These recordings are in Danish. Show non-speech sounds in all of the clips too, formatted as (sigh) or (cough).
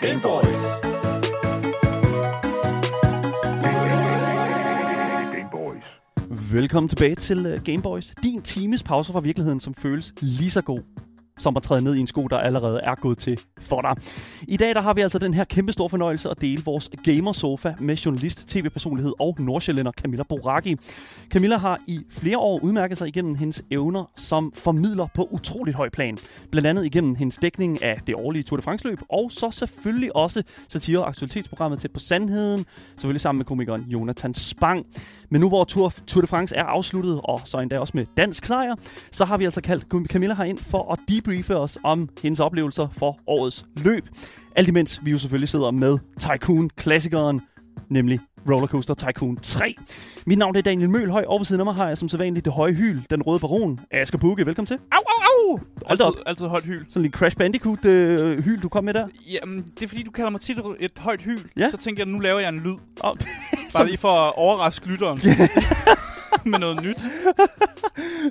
Gameboys. Gameboys. Velkommen tilbage til øh, Gameboys. Din times pause fra virkeligheden, som føles lige så god som at træde ned i en sko, der allerede er gået til for dig. I dag der har vi altså den her kæmpe store fornøjelse at dele vores gamersofa med journalist, tv-personlighed og nordsjællænder Camilla Boraki. Camilla har i flere år udmærket sig igennem hendes evner som formidler på utroligt høj plan. Blandt andet igennem hendes dækning af det årlige Tour de France-løb, og så selvfølgelig også satire- og aktualitetsprogrammet tæt på sandheden, selvfølgelig sammen med komikeren Jonathan Spang. Men nu hvor Tour, Tour de France er afsluttet, og så endda også med dansk sejr, så har vi altså kaldt Camilla herind for at debriefe os om hendes oplevelser for årets løb. Alt imens vi jo selvfølgelig sidder med Tycoon-klassikeren, nemlig Rollercoaster Tycoon 3. Mit navn er Daniel Mølhøj, og ved siden af mig har jeg som sædvanligt det høje hyl, den røde baron, Asger Bukke. Velkommen til. Au, au, au! Hold da op. altid, altid højt hyl. Sådan en Crash Bandicoot-hyl, du kom med der. Jamen, det er fordi, du kalder mig tit et højt hyl. Ja. Så tænker jeg, nu laver jeg en lyd. (laughs) Og, Bare lige for at overraske lytteren. (laughs) med noget nyt.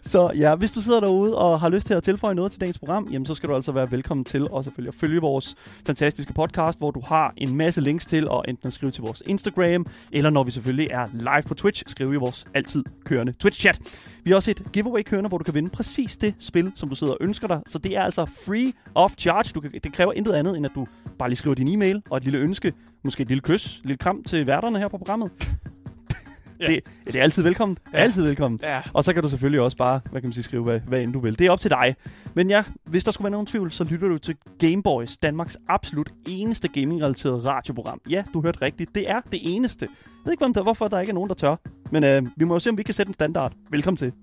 Så ja, hvis du sidder derude og har lyst til at tilføje noget til dagens program, jamen så skal du altså være velkommen til og selvfølgelig at følge vores fantastiske podcast, hvor du har en masse links til og enten at skrive til vores Instagram, eller når vi selvfølgelig er live på Twitch, skrive i vores altid kørende Twitch-chat. Vi har også et giveaway kørende, hvor du kan vinde præcis det spil, som du sidder og ønsker dig. Så det er altså free of charge. Du kan, det kræver intet andet, end at du bare lige skriver din e-mail og et lille ønske, måske et lille kys, et lille kram til værterne her på programmet. Ja. Ja. Det, det er altid velkommen. Ja. Ja. Altid velkommen. Ja. Og så kan du selvfølgelig også bare, hvad kan man sige, skrive, hvad, hvad end du vil. Det er op til dig. Men ja, hvis der skulle være nogen tvivl, så lytter du til Gameboys, Danmarks absolut eneste gaming-relaterede radioprogram. Ja, du hørte rigtigt. Det er det eneste. Jeg ved ikke, om der, hvorfor der ikke er nogen, der tør. Men øh, vi må jo se, om vi kan sætte en standard. Velkommen til.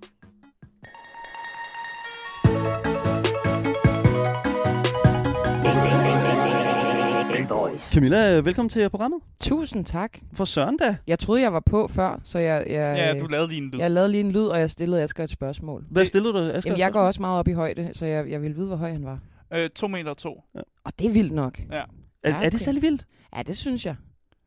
Gameboys. Camilla, øh, velkommen til programmet. Tusind tak. For søren da. Jeg troede, jeg var på før, så jeg, jeg, ja, du lavede lige en lyd. jeg lavede lige en lyd, og jeg stillede Asger et spørgsmål. Hvad Det- stillede du, Asger? Jamen, jeg går også meget op i højde, så jeg, jeg ville vide, hvor høj han var. Øh, to meter to. Og det er vildt nok. Er, er okay. det særlig vildt? Ja, det synes jeg.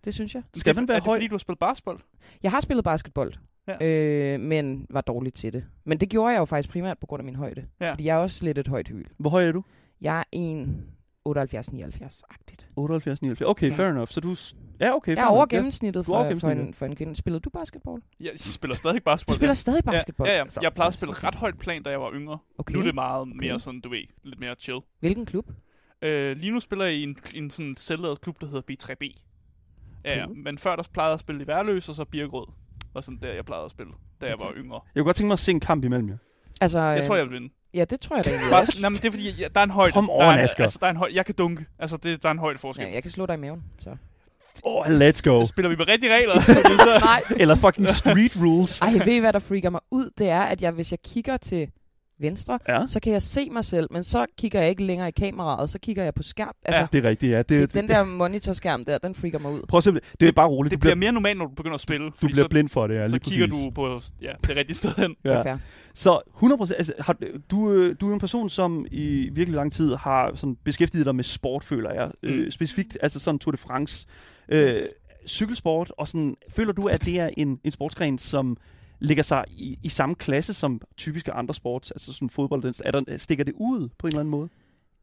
Det synes jeg. Skal det, man være er det, høj? fordi, du har spillet basketball? Jeg har spillet basketball, Ja. ja. øh, men var dårlig til det. Men det gjorde jeg jo faktisk primært på grund af min højde. Ja. Fordi jeg er også lidt et højt hyl. Hvor høj er du? Jeg er en 78-79-agtigt. 78, 79. Okay, Ja. fair enough. Så du... s- Ja, okay. Jeg fair er enough. over Ja. gennemsnittet Du er over for, for, en, gennemsnittet. for en kvinde. Spillede du basketball? Jeg jeg spiller stadig basketball. Du spiller stadig ja. basketball? Ja, ja, Så- ja. Jeg plejede at spille ret højt plan, da jeg var yngre. Okay. Nu er det meget mere Okay. sådan, du ved, lidt mere chill. Hvilken klub? Øh, lige nu spiller jeg i en, en sådan selvladet klub, der hedder B3B. Ja, ja, Cool. men før der plejede jeg at spille i Værløs, og så Birkerød. Og sådan der, jeg plejede at spille, da Ja, jeg var tak. yngre. Jeg kunne godt tænke mig at se en kamp imellem jer. Altså, Jeg øh, tror, jeg vil vinde. Ja, det tror jeg da egentlig Bare, også. nej, men det er fordi, jeg, der er en højde. Kom der over, er, Asger. altså, der er en højde. Jeg kan dunke. Altså, det, der er en højde forskel. Ja, jeg kan slå dig i maven, så. Åh, oh, let's go. Så spiller vi med rigtige (laughs) regler. fordi så, Nej. Eller (laughs) fucking street rules. Ej, ved I, hvad der freaker mig ud? Det er, at jeg, hvis jeg kigger til venstre, Ja, så kan jeg se mig selv, men så kigger jeg ikke længere i kameraet, så kigger jeg på skærm. Altså, Ja. ja. det er rigtigt, ja. Det, det, den der monitorskærm der, den freaker mig ud. Prøv at se, det er bare roligt. det bliver mere normalt, når du begynder at spille. du fordi bliver så, blind for det, ja, så lige kigger præcis. du på ja, det rigtige sted hen. Det er fair. Så 100%, altså, har, du, øh, du er jo en person, som i virkelig lang tid har sådan, beskæftiget dig med sport, føler jeg. Mm. Mm. Øh, specifikt, altså sådan Tour de France, øh, Yes. cykelsport, og sådan, føler du, at det er en, en sportsgren, som ligger sig i, i samme klasse som typiske andre sports, altså sådan fodbold, den, er der, stikker det ud på en eller anden måde?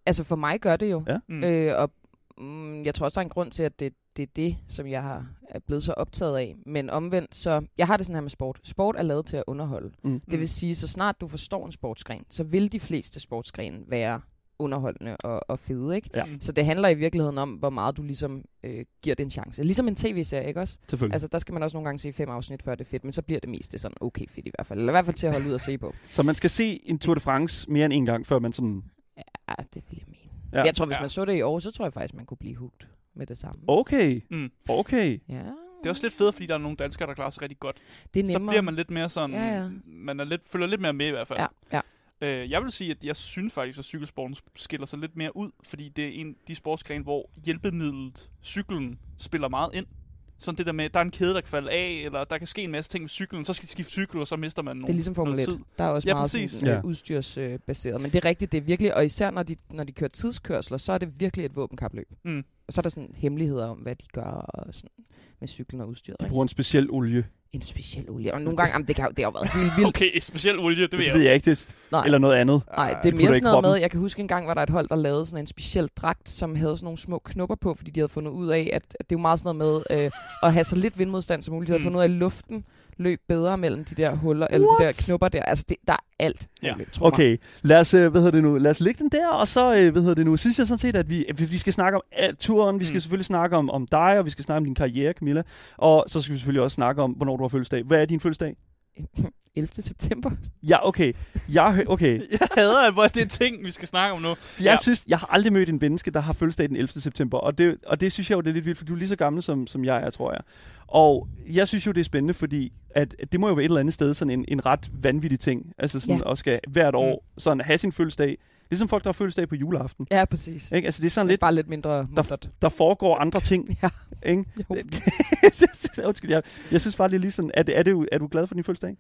Altså, for mig gør det jo. Mm. Mm. Øh, og mm, jeg tror også, der er en grund til, at det, det er det, som jeg har, er blevet så optaget af. Men omvendt, så jeg har det sådan her med sport. Sport er lavet til at underholde. Mm. Det vil sige, så snart du forstår en sportsgren, så vil de fleste sportsgrene være underholdende og, og fede, ikke? Ja. Så det handler i virkeligheden om, hvor meget du ligesom øh, giver det en chance. Ligesom en tv-serie, ikke også? Selvfølgelig. Altså, Altså, der skal man også nogle gange se fem afsnit, før det er fedt, men så bliver det meste sådan okay fedt i hvert fald. Eller i hvert fald til at holde ud og (laughs) se på. så man skal se en Tour de France mere end en gang, før man sådan, Ja, Ah, det vil jeg mene. Ja. Ja. Jeg tror, hvis Ja. man så det i år, så tror jeg faktisk, man kunne blive hugt med det samme. okay, Mm. okay. Ja. Det er også lidt fedt, fordi der er nogle danskere, der klarer sig rigtig godt. det er Så nemmere. bliver man lidt mere sådan... Ja, ja. Man er lidt, følger lidt mere med i hvert fald. Ja, ja. Øh, jeg vil sige, at jeg synes faktisk, at cykelsporten skiller sig lidt mere ud, fordi det er en af de sportsgrene, hvor hjælpemidlet, cyklen, spiller meget ind. Sådan det der med, at der er en kæde, der kan falde af, eller der kan ske en masse ting med cyklen, så skal de skifte cykel, og så mister man nogle, Det er ligesom Formel noget 1. tid. Der er også Ja, meget præcis. sådan, øh, Ja. udstyrsbaseret. Men det er rigtigt, det er virkelig, og især når de, når de kører tidskørsler, så er det virkelig et våbenkapløb. Mm. Og så er der sådan hemmeligheder om, hvad de gør og sådan, med cyklen og udstyret. De Ikke? bruger en speciel olie. en speciel olie. Og nogle gange, jamen, det, kan, jo- det har (laughs) jo været helt vildt. Okay, speciel olie, det ved Det jeg. ved jeg ikke, det er, Nej, eller noget andet. nej, det er putter mere i sådan noget kroppen. med, jeg kan huske en gang, var der et hold, der lavede sådan en speciel dragt, som havde sådan nogle små knopper på, fordi de havde fundet ud af, at, at det er jo meget sådan noget med øh, at have så lidt vindmodstand som muligt. De havde Mm. fundet ud af, at luften løb bedre mellem de der huller, eller de der knopper der. Altså, det, der er alt. Ja. muligt, tro mig. Okay, lad os, øh, hvad hedder det nu, lad os lægge den der, og så, øh, hvad hedder det nu, synes jeg sådan set, at vi, at vi skal snakke om alt turen, vi skal Mm. selvfølgelig snakke om, om dig, og vi skal snakke om din karriere, Camilla, og så skal vi selvfølgelig også snakke om, hvornår du har fødselsdag. Hvad er din fødselsdag? (laughs) 11. september. Ja, okay. Jeg, hø- okay. (laughs) Jeg hader, at hvor det er ting, vi skal snakke om nu. Så jeg Ja. ja. synes, jeg har aldrig mødt en menneske, der har fødselsdag den 11. september, og det, og det synes jeg jo, det er lidt vildt, for du er lige så gammel, som, som jeg er, tror jeg. Og jeg synes jo, det er spændende, fordi at, at det må jo være et eller andet sted sådan en, en ret vanvittig ting, altså sådan Ja. ja. at skal hvert år Mm. sådan have sin fødselsdag, ligesom folk, der har fødselsdag på juleaften. Ja, præcis. Ikke? Altså det er sådan lidt, lidt, bare lidt mindre muntert. (laughs) der foregår andre ting, Ja, ikke? jo. (laughs) Undskyld, jeg, jeg synes bare, det er lige sådan, er, det, er, det, jo- er du glad for din fødselsdag?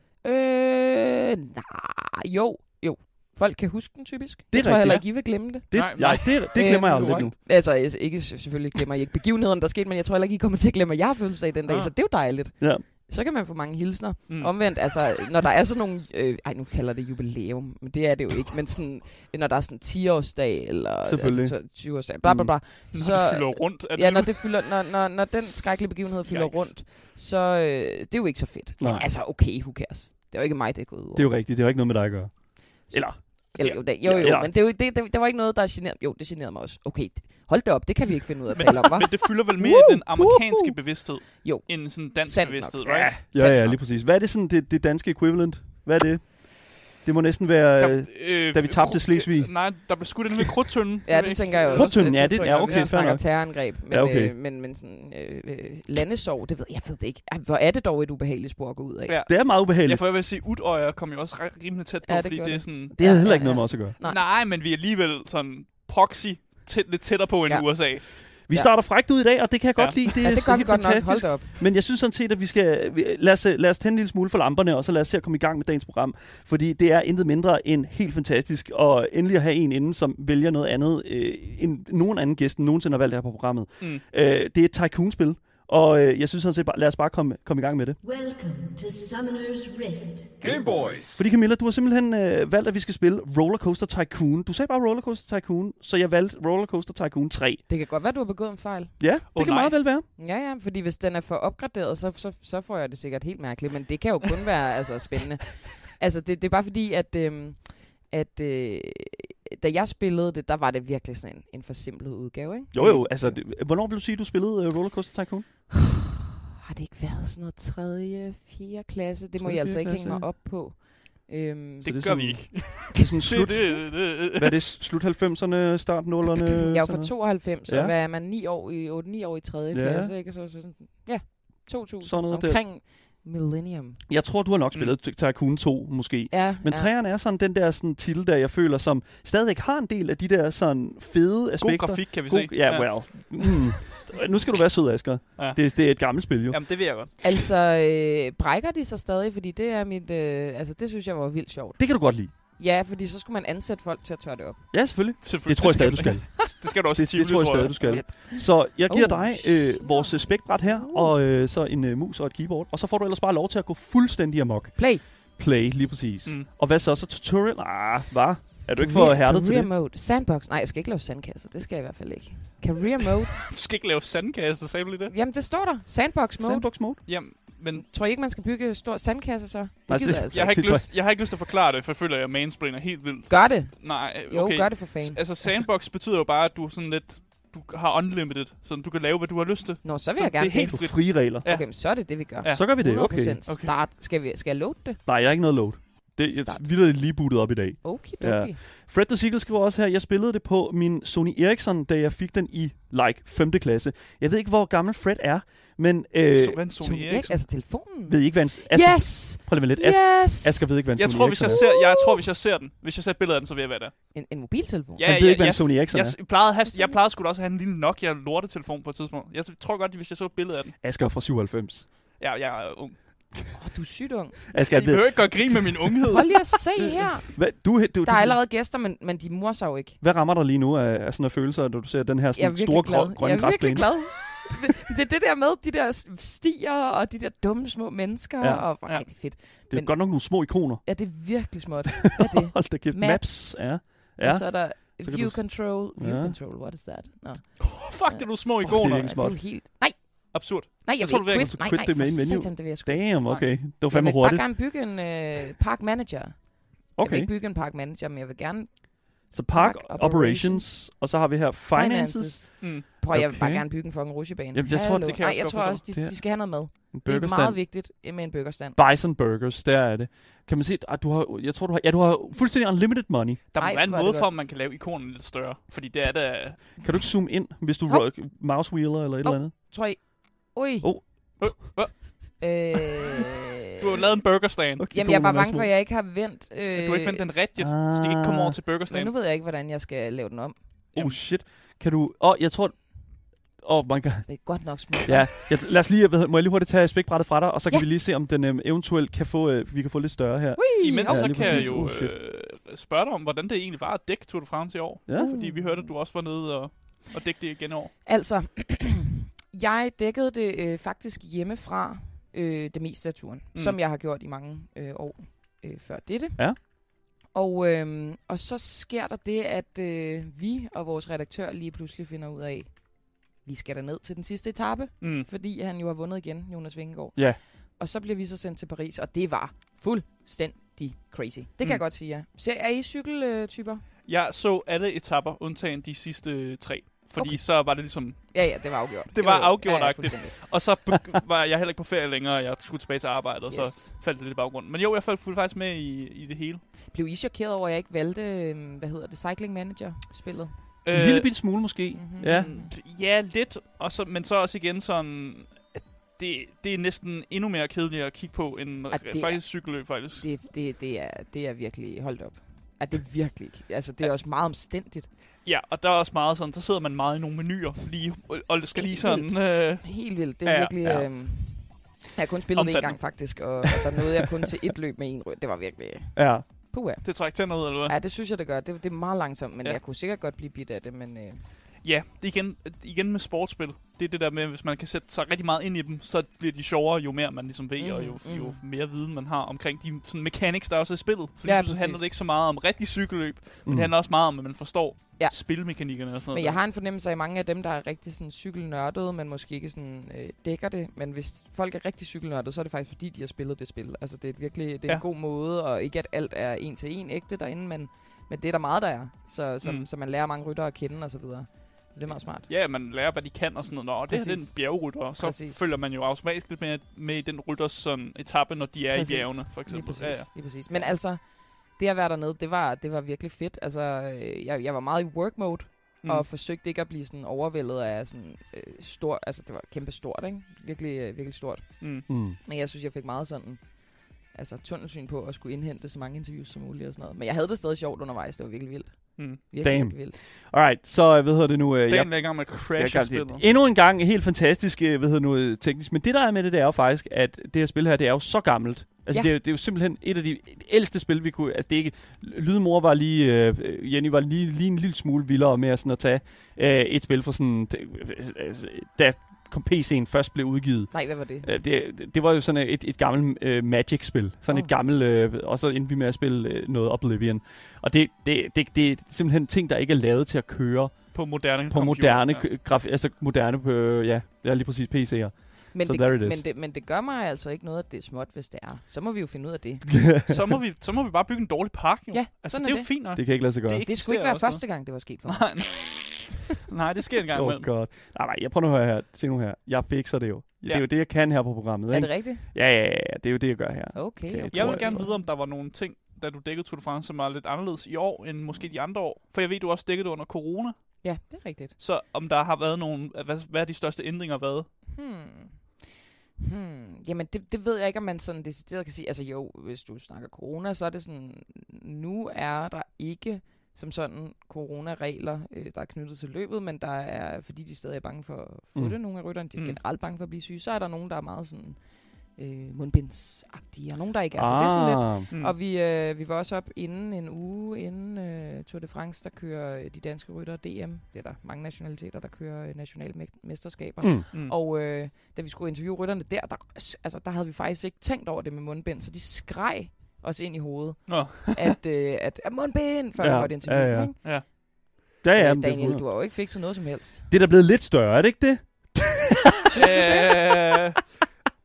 Øh, nej, jo, jo. Folk kan huske den typisk. Det jeg tror rigtigt, heller ja. ikke, I vil glemme det. Det, Nej, nej, nej. nej. Jeg, det, det glemmer jeg Øhm, aldrig nu. Altså, jeg- ikke, selvfølgelig glemmer I ikke begivenheden, der skete, men jeg tror heller ikke, I kommer til at glemme, at jeg har fødselsdag den dag, Ah. så det er jo dejligt. Ja. Hmm. Så kan man få mange hilsner. Mm. Mm. Omvendt, altså, når der er sådan nogle... Øh, ej, nu kalder det jubilæum, men det er det jo ikke. Men sådan, når der er sådan 10-årsdag, eller Selvfølgelig. Hmm. altså, 20-årsdag, bla bla bla. Når Så, det fylder rundt. Er det Ja, det, når, du- det fylder, når, når, når den skrækkelige begivenhed fylder Yikes. rundt, så øh, det er jo ikke så fedt. Men Nej. altså, okay, who cares? Det var ikke mig, det går ud over. Det er jo rigtigt, det har ikke noget med dig at gøre. Eller, Eller, jo, da, jo, jo, Ja, ja. men det, er jo, det, det, der var ikke noget, der generede Jo, det generede mig også. Okay, d- hold da op, det kan vi ikke finde ud af at tale om, (laughs) hva'? Men det fylder vel mere i den amerikanske bevidsthed, Jo. end sådan dansk Sandt nok. bevidsthed, Ja. right? ja, ja, lige præcis. Hvad er det sådan, det, det danske equivalent? Hvad er det? Det må næsten være... Øh, øh, da vi tabte øh, Slesvig. Nej, der blev skudt ind med krudtønden. Ja, det tænker jeg også. Krudtønden, ja, det- tror ja, jeg okay, nok, Vi fair snakker nok. terrorangreb, men, ja, Ja, okay. okay. øh, men, men sådan, øh, øh, landesorg, det ved jeg, ved det ikke. Ej, hvor er det dog et ubehageligt spor at gå ud af? Ja. det er meget Ja, ubehageligt. for jeg vil sige, Utøjer kom jo også ret rimelig tæt på, Ja, ja, det det fordi gjorde det er det. sådan... Det havde heller Ja, ikke noget ja, ja. med os at gøre. Nej. Nej. nej, men vi er alligevel sådan proxy tæt, lidt tættere på end Ja. ja. USA. Vi Ja. starter frækt ud i dag, og det kan jeg Ja. godt lide. Det, Ja, det gør vi helt godt nok. Hold fantastisk. da op. Men jeg synes sådan set, at vi skal... vi- Lad os, lad os tænde en lille smule for lamperne, og så lad os se at komme i gang med dagens program. Fordi det er intet mindre end helt fantastisk. Og endelig at have en inden, som vælger noget andet, øh, end nogen anden gæst, end nogensinde har valgt her på programmet. Mm. Øh, det er et tycoon-spil, og øh, jeg synes sådan set bare, lad os bare komme, komme i gang med det. Welcome to Summoner's Rift. Game Boys. Fordi Camilla, du har simpelthen øh, valgt, at vi skal spille Rollercoaster Tycoon. Du sagde bare Rollercoaster Tycoon, så jeg valgte Rollercoaster Tycoon 3. Det kan godt være, du har begået en fejl. Ja, det Åh, kan nej. meget vel være. Ja, ja, fordi hvis den er for opgraderet, så, så, så får jeg det sikkert helt mærkeligt, men det kan jo (laughs) kun være altså, spændende. Altså, det, det er bare fordi, at, øhm, at øh, da jeg spillede det, der var det virkelig sådan en, en forsimplet udgave, ikke? Jo jo, altså, det, hvornår vil du sige, at du spillede øh, Rollercoaster Tycoon? Har det ikke været sådan noget tredje, fjerde klasse? Det må Tredje, jeg altså fjerde ikke hænge klasse, mig ja. op på. Øhm, Det, det det er gør vi sådan- ikke. Det er sådan slut, Det, det, det, hvad er det. det, slut 90'erne, start 0'erne? (clears throat) jeg er jo fra sådan 92, ja. og Ja. hvad er man? 9 år i, 8-9 år i tredje Ja. klasse, ikke? Og Så, så, sådan, ja, 2000. Sådan noget der. omkring millennium. noget? Jeg tror, du har nok spillet mm. Tycoon 2, måske. Ja, Men ja. træerne er sådan den der sådan titel, der jeg føler, som stadigvæk har en del af de der sådan fede God aspekter. grafik, kan vi se. God, ja, well. Mm. Nu skal du være sød, Asger. Ja. Ja. Det, det er et gammelt spil, jo. Jamen, det vil jeg godt. Altså, øh, brækker de sig stadig? Fordi det er mit... Øh, altså, det synes jeg var vildt sjovt. Det kan du godt lide. Ja, fordi så skulle man ansætte folk til at tørre det op. Ja, selvfølgelig. Det Selvfølgelig. tror jeg stadig, du skal. Det skal (laughs) du også Det, til, det tror jeg stadig, du skal. Så jeg giver Oh, dig øh, shit. vores øh, spækbræt her, og øh, så en øh, mus og et keyboard. Og så får du ellers bare lov til at gå fuldstændig amok. Play. Play, lige præcis. Mm. Mm. Og hvad så? Så tutorial? Ah, hvad? Er du ikke for hærdet til Career det? mode. Sandbox. Nej, jeg skal ikke lave sandkasse. Det skal jeg i hvert fald ikke. Career (laughs) mode. Du skal ikke lave sandkasse, sagde du lige det? Jamen, det står der. Sandbox mode. Sandbox mode? Jamen, men Tror I ikke, man skal bygge en stor sandkasse så? Det Nej, gider det- jeg altså jeg har, ikke. ikke det tror lyst, jeg har ikke lyst til at forklare det, for jeg føler, at jeg mansplainer helt vildt. Gør det. Nej, Jo, okay. gør det for fanden. Altså, sandbox betyder jo bare, at du er sådan lidt... Du har unlimited, så du kan lave, hvad du har lyst til. Nå, så vil Så det jeg gerne er helt Du det. har frie regler. Ja. Okay, men så er det det, vi gør. Ja. Så gør vi det, 100% okay. Okay. start. Skal, vi, skal jeg låne det? Nej, jeg har ikke noget load. Det jeg Start. vildt lige bootet op i dag. Okay, Ja. dokie. Fred the Seagull skriver også her, jeg spillede det på min Sony Ericsson, da jeg fik den i, like, 5. klasse. Jeg ved ikke, hvor gammel Fred er, men øh, Så vandt Sony Sony Eriksson. Ericsson. Altså telefonen. ved I ikke, hvad en... Asger, Yes! Prøv lige at være lidt. Asger, Yes! Asger ved ikke, hvad en Jeg Sony tror, hvis Ericsson jeg, er. ser, jeg tror, hvis jeg ser den, hvis jeg ser et billede af den, så vil jeg være der. En, en mobiltelefon? Ja, Han ved ikke, hvad jeg, en Sony Ericsson jeg, er. jeg, plejede, at have, jeg plejede sgu da også at have en lille Nokia lortetelefon på et tidspunkt. Jeg tror godt, at hvis jeg så et billede af den. Asger er fra 97. Ja, jeg er ung. Åh, du er sygt ung. Asger, I jeg ved, behøver ikke gøre grin med min (laughs) unghed. Prøv lige at (laughs) se her. hvad, du, du, du, Der er allerede gæster, men, men de morer sig jo ikke. Hvad rammer dig lige nu af, af sådan af følelser, når du ser den her Jeg er sådan virkelig store glad. grøn, jeg grønne er græsplæne? virkelig glad. (laughs) det er det der med de der stier og de der dumme små mennesker. Ja. Ja. Og, Ja. ej, det er fedt. Det er Men- godt nok nogle små ikoner. (laughs) Ja, det er virkelig småt. Hvad er det? Hold da kæft. Maps. Maps. Altså- Maps. Ja. Ja. Og så er der Så kan view du- control. View Ja. control, what is that? Nå. Fuck, det er nogle små Fuck, det er ikoner. ikke Det er jo helt... Nej, Absurd. nej, jeg, Jeg jeg tror, vil du vil ikke ikke quit. Nej, quit nej, det main for menu. satan, det vil jeg sgu Damn, okay. Det var fandme jeg vil bare hurtigt. gerne bygge en øh, park manager. Jeg vil Okay. ikke bygge en park manager, men jeg vil gerne Så park, Park operations, operations, og så har vi her finances. finances. Mm. Prøv, jeg vil bare Okay. gerne bygge en fucking rutsjebane. Jamen, jeg tror, Hallo. det kan jeg Ej, jeg også tror godt også, de, forstå. de skal have noget mad. En Det er burgerstand. meget vigtigt med en burgerstand. Bison Burgers, der er det. Kan man se, at du har, jeg tror, du har, ja, du har fuldstændig unlimited money. Der må Ej, være en hvor er det måde godt. for, at man kan lave ikonen lidt større. Fordi det er da... Kan du ikke zoome ind, hvis du Hov. rock, mouse wheeler eller et Hov. eller andet? Tror I... Ui. Oh. Øh, hvad? Øh... Du har jo lavet en burgerstand. Okay, Jamen, jeg er bare bange for, at jeg ikke har vendt... Øh... Du har ikke vendt den rigtigt, så de kan ikke komme Ah. over til Men burgerstand. nu ved jeg ikke, hvordan jeg skal lave den om. Oh shit. Kan du, åh, oh, jeg tror, åh, oh, man kan, Det er godt nok smukt. ja, jeg, lad os lige, hvad hedder- må jeg lige hurtigt tage spækbrættet fra dig, og så kan Ja. vi lige se, om den øh, eventuelt kan få, øh, vi kan få lidt større her. Ui, Imens Ja, så lige kan jeg præcis. jo Uh, shit. øh, spørge dig om, hvordan det egentlig var at dække Tour de France i år. Ja. Uh. Fordi vi hørte, at du også var nede og, og dække det igen i år. Altså, (clears throat) jeg dækkede det øh, faktisk hjemmefra øh, det meste af turen, Mm. mm. som jeg har gjort i mange øh, år øh, før dette. Ja. Og, øh, og så sker der det, at øh, vi og vores redaktør lige pludselig finder ud af, vi skal da ned til den sidste etape, Mm. fordi han jo har vundet igen, Jonas Vingegaard. Ja. Og så bliver vi så sendt til Paris, og det var fuldstændig crazy. Det kan Mm. jeg godt sige, ja. Ser er I cykeltyper? Jeg så alle etapper, undtagen de sidste tre. Fordi okay. Okay. så var det ligesom... Ja, ja, det var afgjort. Det var Jo, jo. Ja, ja, afgjort-agtigt. fuldstændig. Og så be- (laughs) var jeg heller ikke på ferie længere, og jeg skulle tilbage til arbejde, og yes. så faldt det lidt i baggrunden. Men jo, jeg faldt fuldt faktisk med i, i det hele. Blev I chokeret over, at jeg ikke valgte, øhm, hvad hedder det, Cycling Manager-spillet? En lille bitte smule måske. Mhm. Ja. Øh, mm, Ja, lidt. Og så, men så også igen sådan... at Det, det er næsten endnu mere kedeligt at kigge på, end Ah, det faktisk er- cykelløb, faktisk. Det, det, det, er, det er virkelig, holdt op. Er det er virkelig ikke? Altså, det er også meget omstændigt. Ja, og der er også meget sådan, så sidder man meget i nogle menuer, lige, og, og det skal lige Helt sådan... Øh, Helt vildt. Det er Ja, ja, virkelig... ja. Ja. Øhm, jeg har kun spillet det en Omfattende. gang, faktisk, og, og der nåede jeg kun til et løb med en ryg. Det var virkelig... Ja. Puha. det trækker tænder ud, eller (laughs) hvad? Ja, det synes jeg, det gør. Det, det er meget langsomt, men Ja. ja. jeg kunne sikkert godt blive bidt af det, men... Øh, Ja, det er igen, igen med sportsspil. Det er det der med, hvis man kan sætte sig rigtig meget ind i dem, så bliver de sjovere, jo mere man ligesom ved, mm, og jo, Mhm, jo mhm. mere viden man har omkring de sådan, mechanics, der også er i spillet. Fordi Ja, så handler præcis. det ikke så meget om rigtig cykelløb, mm. Mm. men det handler også meget om, at man forstår ja. Ja. spilmekanikkerne og sådan Men noget. jeg har en fornemmelse af, at mange af dem, der er rigtig sådan cykelnørdede, men måske ikke sådan, øh, dækker det. Men hvis folk er rigtig cykelnørdede, så er det faktisk fordi, de har spillet det spil. Altså det er virkelig det er Ja. ja. en god måde, og ikke at alt er en til en ægte derinde, men, men det er der meget, der er. Så, som, Mm. mm. så man lærer mange ryttere at kende og så videre. Det er meget smart. Ja, man lærer, hvad de kan og sådan noget. Nå, og det her det er den Præcis. bjergrytter, og så Præcis. Præcis. følger man jo automatisk lidt med, med i den rytters sådan, etape, når de er Præcis. i Præcis. bjergene, for Lige eksempel. præcis, ja, ja. lige præcis. Men altså, det at være dernede, det var, det var virkelig fedt. Altså, øh, jeg, jeg var meget i work mode, Mm. mm. og forsøgte ikke at blive sådan overvældet af sådan øh, stor, altså det var kæmpe stort, ikke? Virkelig, øh, virkelig stort. Mm. Mm. Men jeg synes, jeg fik meget sådan altså tunnelsyn på at skulle indhente så mange interviews som muligt og sådan noget. Men jeg havde det stadig sjovt undervejs. Det var virkelig vildt. Mm. Virkelig, Damn. virkelig vildt. Alright, så øh, hvad hedder det nu? øh, jeg Dagen er i gang med at crash i spillet. Endnu en gang helt fantastisk, øh, hvad hedder nu, øh, teknisk. Men det der er med det, det er jo faktisk, at det her spil her, det er jo så gammelt. Altså, Ja. det, er, jo- det er jo simpelthen et af de ældste spil, vi kunne... Altså, det er ikke... Lydmor var lige... Øh, Jenny var lige, lige en lille smule vildere med at, sådan, at tage øh, et spil fra sådan... d- Altså, da kom PC'en først blev udgivet. Nej, hvad var det? Øh, Det, det var jo sådan et, et gammelt øh, Magic-spil. Sådan oh. Åh. et gammelt... Øh, og så endte vi med at spille øh, noget Oblivion. Og det, det, det, det er simpelthen ting, der ikke er lavet til at køre På moderne på computer, moderne ja. ja. graf, altså moderne øh, ja, ja, lige præcis PC'er. Men, So det, there it is. men, det, men det gør mig altså ikke noget, at det er småt, hvis det er. Så må vi jo finde ud af det. så, må vi, så må vi bare bygge en dårlig park, jo. Ja, altså, sådan det er er jo det. fint nok. Det kan ikke lade sig gøre. ikke Det skulle ikke eksisterer være også første gang, det var sket for mig. Nej, (laughs) nej, det sker en gang oh imellem. god. Nej, nej, jeg prøver nu at høre her. Se nu her. Jeg fikser det jo. Ja. Det Ja. er jo det, jeg kan her på programmet. Er Ikke? det rigtigt? Ja, ja, ja, ja, det er jo det, jeg gør her. Okay. Okay, okay. tror Jeg vil jeg, altså. gerne tror jeg. vide, om der var nogle ting, da du dækkede Tour de France, som var lidt anderledes i år, end måske de andre år. For jeg ved, du også dækkede det under corona. Ja, det er rigtigt. Så om der har været nogle... Hvad, hvad er de største ændringer været? Hmm. Hmm. Jamen, det, det ved jeg ikke, om man sådan decideret kan sige. Altså jo, hvis du snakker corona, så er det sådan, nu er der ikke som sådan coronaregler, øh, der er knyttet til løbet, men der er, fordi de stadig er bange for at få Mm. det, nogle af rytterne, de er Mm. generelt bange for at blive syge, så er der nogen, der er meget sådan øh, mundbindsagtige, og nogen, der ikke er. Ah. Så det er sådan lidt, Mm. Mm. Og vi, øh, vi var også op inden en uge, inden øh, Tour de France, der kører øh, de danske ryttere DM. Det er der mange nationaliteter, der kører øh, nationale me- mesterskaber. Mm. Mm. Og øh, da vi skulle interviewe rytterne der, der, altså, der havde vi faktisk ikke tænkt over det med mundbind, så de skreg os ind i (laughs) hovedet, Nå, at, øh, at, at mundbind, før Ja, ja, vi måtte interviewe ja, ja, ja. ja. Ikke? Ja, ja, Øh, men Daniel, det, du har jo ikke fikset noget som (laughs) helst. det er da blevet lidt større, er det ikke det? (laughs) øh,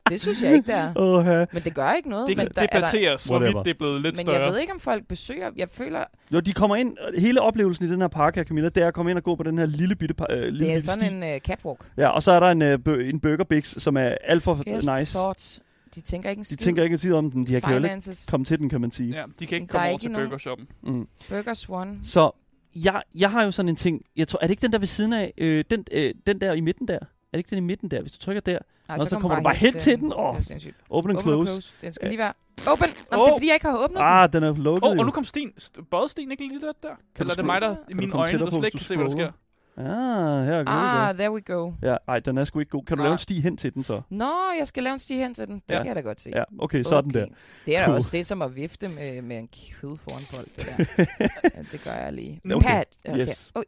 Det synes jeg ikke, der er. Åh, ja. Men det gør ikke noget. det men kan der, er der, debatteres, Whatever. hvorvidt det er blevet lidt men større. jeg ved ikke, om folk besøger... Jeg føler, Jo, de kommer ind, og hele oplevelsen i den her park her, Camilla, det er at komme ind og gå på den her lille bitte, par, øh, lille det er bitte sti. sådan en øh, catwalk. Ja, og så er der en, øh, bø- en Burger Bix, som er alt for Guest nice. thoughts. De tænker ikke en De skid. tænker ikke en tid om den, de har jo ikke Finances. komme til den, kan man sige. Ja, de kan ikke Men der er komme over ikke til nogen- burgershoppen. Mm. Burger Swan. Så jeg, jeg har jo sådan en ting, jeg tror, er det ikke den der ved siden af, øh, den, øh, den der i midten der? Er det ikke den i midten der? Hvis du trykker der, Nej, Nå, så kommer du bare hen til den. Åh, det er sindssygt. open and Open and close. close. Den skal lige være... Open! Nå, men det er fordi, jeg ikke har åbnet den. Ah, den er lukket Åh, oh, jo. og nu kom Sten. st- Bøjede Sten ikke lige lidt der? du Eller er det scrolle- mig, der i du mine komme øjne, tættere der på, slet hvis ikke du kan se, hvad der sker? scroller? Ah, her er Ah, ah. there we go. Ja, ej, den er sgu ikke god. Kan du Nej. lave en sti hen til den så? Nå, jeg skal lave en stige hen til den. Det Ja. kan jeg da godt se. Ja, okay, sådan der. Det er da Puh. også det, som at vifte med, med en kød foran folk. Det, der. ja, det gør jeg lige. Men Okay. Pat! Okay. Yes. Oj,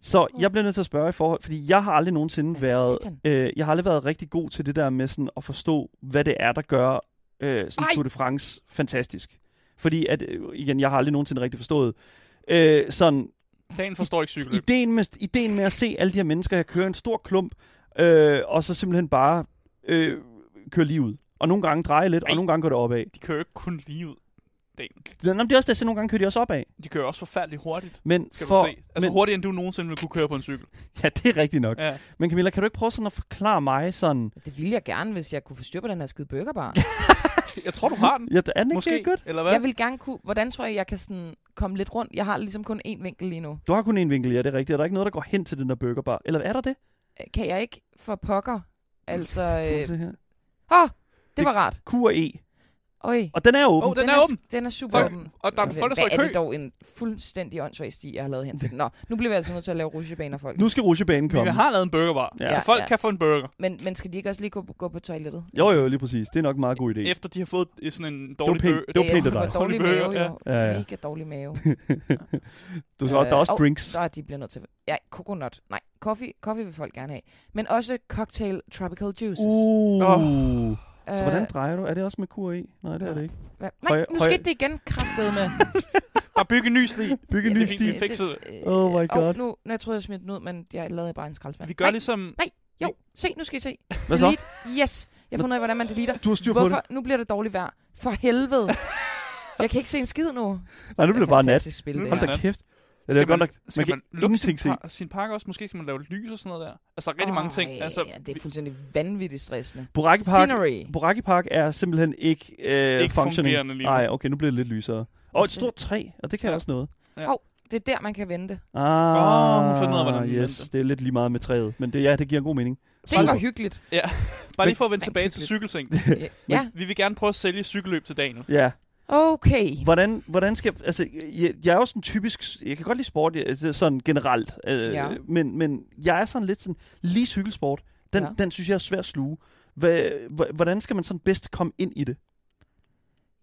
Så jeg bliver nødt til at spørge i forhold, fordi jeg har aldrig nogensinde Hvad været, satan? øh, jeg har aldrig været rigtig god til det der med sådan at forstå, hvad det er, der gør øh, sådan Ej! Tour de France fantastisk. Fordi at, øh, igen, jeg har aldrig nogensinde rigtig forstået, øh, sådan, Dan forstår ikke cykelløb. ideen med, ideen med at se alle de her mennesker her køre en stor klump, øh, og så simpelthen bare øh, køre lige ud. Og nogle gange dreje lidt, Ej. Ej. og nogle gange går det opad. De kører jo ikke kun lige ud, Dan. Nå, men det er også det, så nogle gange kører de også opad. De kører også forfærdeligt hurtigt, Men skal for, du se. Altså men, hurtigere, end du nogensinde ville kunne køre på en cykel. Ja, det er rigtigt nok. Ja. Men Camilla, kan du ikke prøve sådan at forklare mig sådan... Det ville jeg gerne, hvis jeg kunne få styr på den her skide burgerbar. Jeg tror, du har den. Ja, er den Måske. ikke godt? Eller hvad? jeg vil gerne kunne... Hvordan tror jeg, jeg kan sådan komme lidt rundt? Jeg har ligesom kun én vinkel lige nu. Du har kun én vinkel, ja, det er rigtigt. Er der ikke noget, der går hen til den der burgerbar? Eller er der det? Øh, Kan jeg ikke for pokker? Altså... Prøv at Øh... se her. Åh, det Det- var rart. Q og E. Oj. Og den er åben. Åh, den er åben. Den er super Fuck. åben. Og der er Men folk, der står i Hvad er det kø. dog en fuldstændig åndssvag sti, jeg har lavet hen til den? Nå, nu bliver vi altså nødt til at lave rusjebaner folk. Nu skal rusjebanen komme. Vi har lavet en burgerbar, Ja. så folk Ja, ja. kan få en burger, Men, men skal de ikke også lige gå, gå på toilettet? Jo, jo, lige præcis. Det er nok en meget god idé. efter de har fået øh, sådan en dårlig pænt. burger. Det var Ja, pænt af Øh, jeg dig. får dårlig Dårlig mave, mave, jo. ja. Ja, ja. Mega dårlig mave. (laughs) Du skal, øh, der er også Øh, drinks. Så er de bliver nødt til... Ja, coconut. Nej, kaffe, kaffe vil folk gerne have. Men også cocktail tropical juices. Uh. Åh. Så Øh, hvordan drejer du? Er det også med Q og E? Nej, det er det ikke. hvad? høj- Nej, nu høj- skete det igen kraftet med. Der er bygget en ny sti. Bygge en Ja, ny det er sti. fint. fikset det. Oh my god. Og nu, nu jeg troede, jeg smed den ud, men jeg lavede bare en skraldspand. Vi gør Nej, ligesom... Jo, se, nu skal I se. Hvad så? Delete. Yes. Jeg har fundet ud af, hvordan man deleter. Du har styr på Hvorfor? det. Nu bliver det dårligt vejr. For (laughs) helvede. Jeg kan ikke se en skid nu. Nej, nu bliver det bare nat. fantastisk spil, det Hold her. da kæft. Ja, det er Skal godt man- nok. Man Skal kan man lukke sin, ingenting se. par, sin pakke også? Måske skal man lave lys og sådan noget der. Altså, der er rigtig mange ting. Ej, Altså, ja, det er fuldstændig vanvittigt stressende. Boracke Park, Scenery. Boracke Park er simpelthen ikke, øh, Ikke functioning. fungerende lige nu. Nej, okay, nu bliver det lidt lysere. Og et så- stort træ, og det kan Ja. også noget. Det er der, man kan vente. Ah, Åh, hun fandt ud af, hvordan hun yes, vendte. det er lidt lige meget med træet, men det, ja, det giver en god mening. Det var hyggeligt. bare lige for at vende Men- tilbage til (laughs) cykelseng. Ja. Vi vil gerne prøve at sælge cykelløb til Daniel. Ja, Okay. hvordan, hvordan skal, altså, jeg, jeg er jo sådan typisk, jeg kan godt lide sport jeg- altså, sådan generelt, øh, ja. Ja. men, men jeg er sådan lidt sådan, lige cykelsport, den, ja. Ja. den synes jeg er svær at sluge. Hva, hva- hvordan skal man sådan bedst komme ind i det?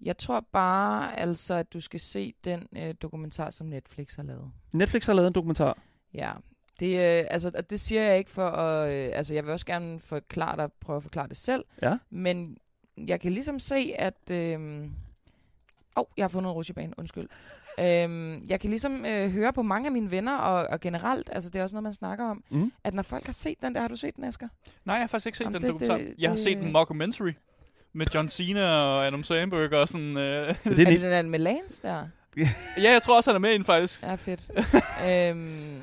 Jeg tror bare, altså, at du skal se den øh, dokumentar, som Netflix har lavet. Netflix har lavet en dokumentar. Ja. Det, øh, altså, og det siger jeg ikke for at... Øh, altså, jeg vil også gerne forklare dig, prøve at forklare det selv. Ja. Men jeg kan ligesom se, at... Øh, Åh, oh, jeg har fundet en rutsjebane, undskyld. øhm, jeg kan ligesom øh, høre på mange af mine venner, og, og generelt, altså det er også noget, man snakker om, Mm. (laughs) at når folk har set den der, har du set den, Asger? Nej, jeg har faktisk ikke set Jamen, den det- dokumentar. det- Jeg har det- set en mockumentary med John Cena og Adam Sandberg og sådan... Ja, Øh... Er det er det net, den der med Lance der? ja, jeg tror også, han er med i den faktisk. Ja, (laughs) fedt. øhm, Men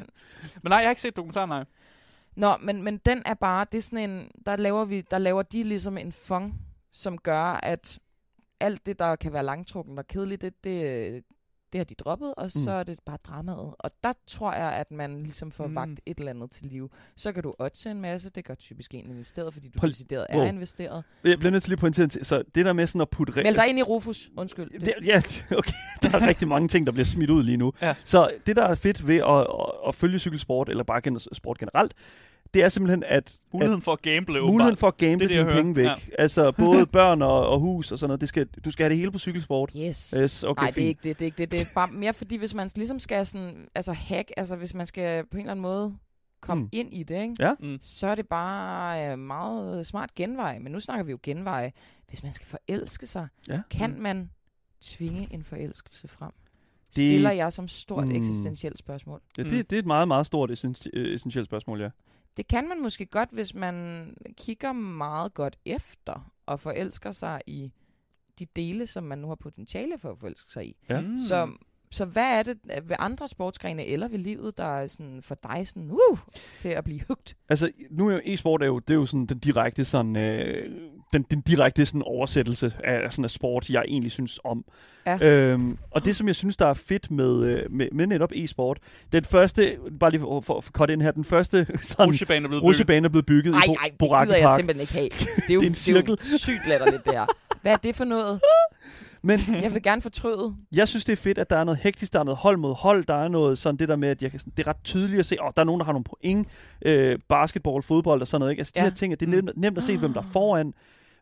nej, jeg har ikke set dokumentaren, nej. Nå, men, men den er bare, det er sådan en, der laver, vi, der laver de ligesom en fond, som gør, at alt det, der kan være langtrukken og kedeligt, det, det, det har de droppet, og så Mm. er det bare dramaet. Og der tror jeg, at man ligesom får Mm. mm. vagt et eller andet til live. Så kan du odds en masse, det gør typisk en investeret, fordi du Prøv- Prøv. decideret Wow. er investeret. jeg bliver nødt til lige på en tid, så det der med sådan at putte... re- Meld dig ind i Rufus, undskyld. Det, Det, ja, (laughs) okay. Der er rigtig mange ting, der bliver smidt ud lige nu. Ja. Så det, der er fedt ved at, at, at følge cykelsport, eller bare gen- sport generelt, det er simpelthen, at, at Muligheden for at gamble, muligheden åbenbart. for at gamble Det er det, dine jeg hører. penge væk, Ja. (laughs) altså både børn og, og hus og sådan noget, det skal, du skal have det hele på cykelsport. Yes. Yes, okay, Okay, Nej, det fint. er ikke det. Det er, ikke det. det er bare mere fordi, hvis man ligesom skal sådan, altså hack, altså hvis man skal på en eller anden måde komme Mm. mm. ind i det, ikke? Ja. Mm. så er det bare øh, meget smart genvej. Men nu snakker vi jo genveje. Hvis man skal forelske sig, Ja. Mm. kan man tvinge en forelskelse frem? Det Det- stiller jeg som stort Mm. mm. eksistentielt spørgsmål. Ja, det, det er et meget, meget stort essen- øh, essentielt spørgsmål, ja. Det kan man måske godt, hvis man kigger meget godt efter og forelsker sig i de dele, som man nu har potentiale for at forelske sig i. Ja. Mm. Så, så hvad er det øh, ved andre sportsgrene eller ved livet, der er sådan for dig sådan, uh, til at blive hugt? Altså, nu er jo e-sport er jo, det er jo sådan den direkte sådan, øh, den, den direkte sådan oversættelse af sådan af sport, jeg egentlig synes om. Ja. Øhm, og det, som jeg synes, der er fedt med, øh, med, med netop e-sport, den første, bare lige for, for, for cut ind her, den første sådan Rutsjebanen er blevet bygget. rutsjebane er blevet bygget Ej, i ej, Bo- det gider Boracke jeg Park. simpelthen ikke have. Det er jo, Det er en cirkel. Det er jo sygt latterligt, det her. Hvad er det for noget? Men Jeg vil gerne fortryde. jeg synes, det er fedt, at der er noget hektisk, der er noget hold mod hold, der er noget sådan det der med, at jeg kan, sådan- det er ret tydeligt at se, åh, oh, der er nogen, der har nogle point, øh, basketball, fodbold og sådan noget, ikke? Altså de Ja. Mm. her ting, at det er nemt, nemt at se, hvem der er foran.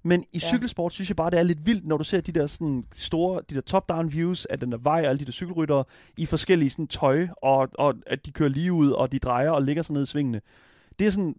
Men i Ja. cykelsport synes jeg bare, det er lidt vildt, når du ser de der sådan store, de der top-down views af den der vej og alle de der cykelryttere i forskellige sådan tøj, og, og at de kører lige ud, og de drejer og ligger sig ned i svingene. Det er sådan,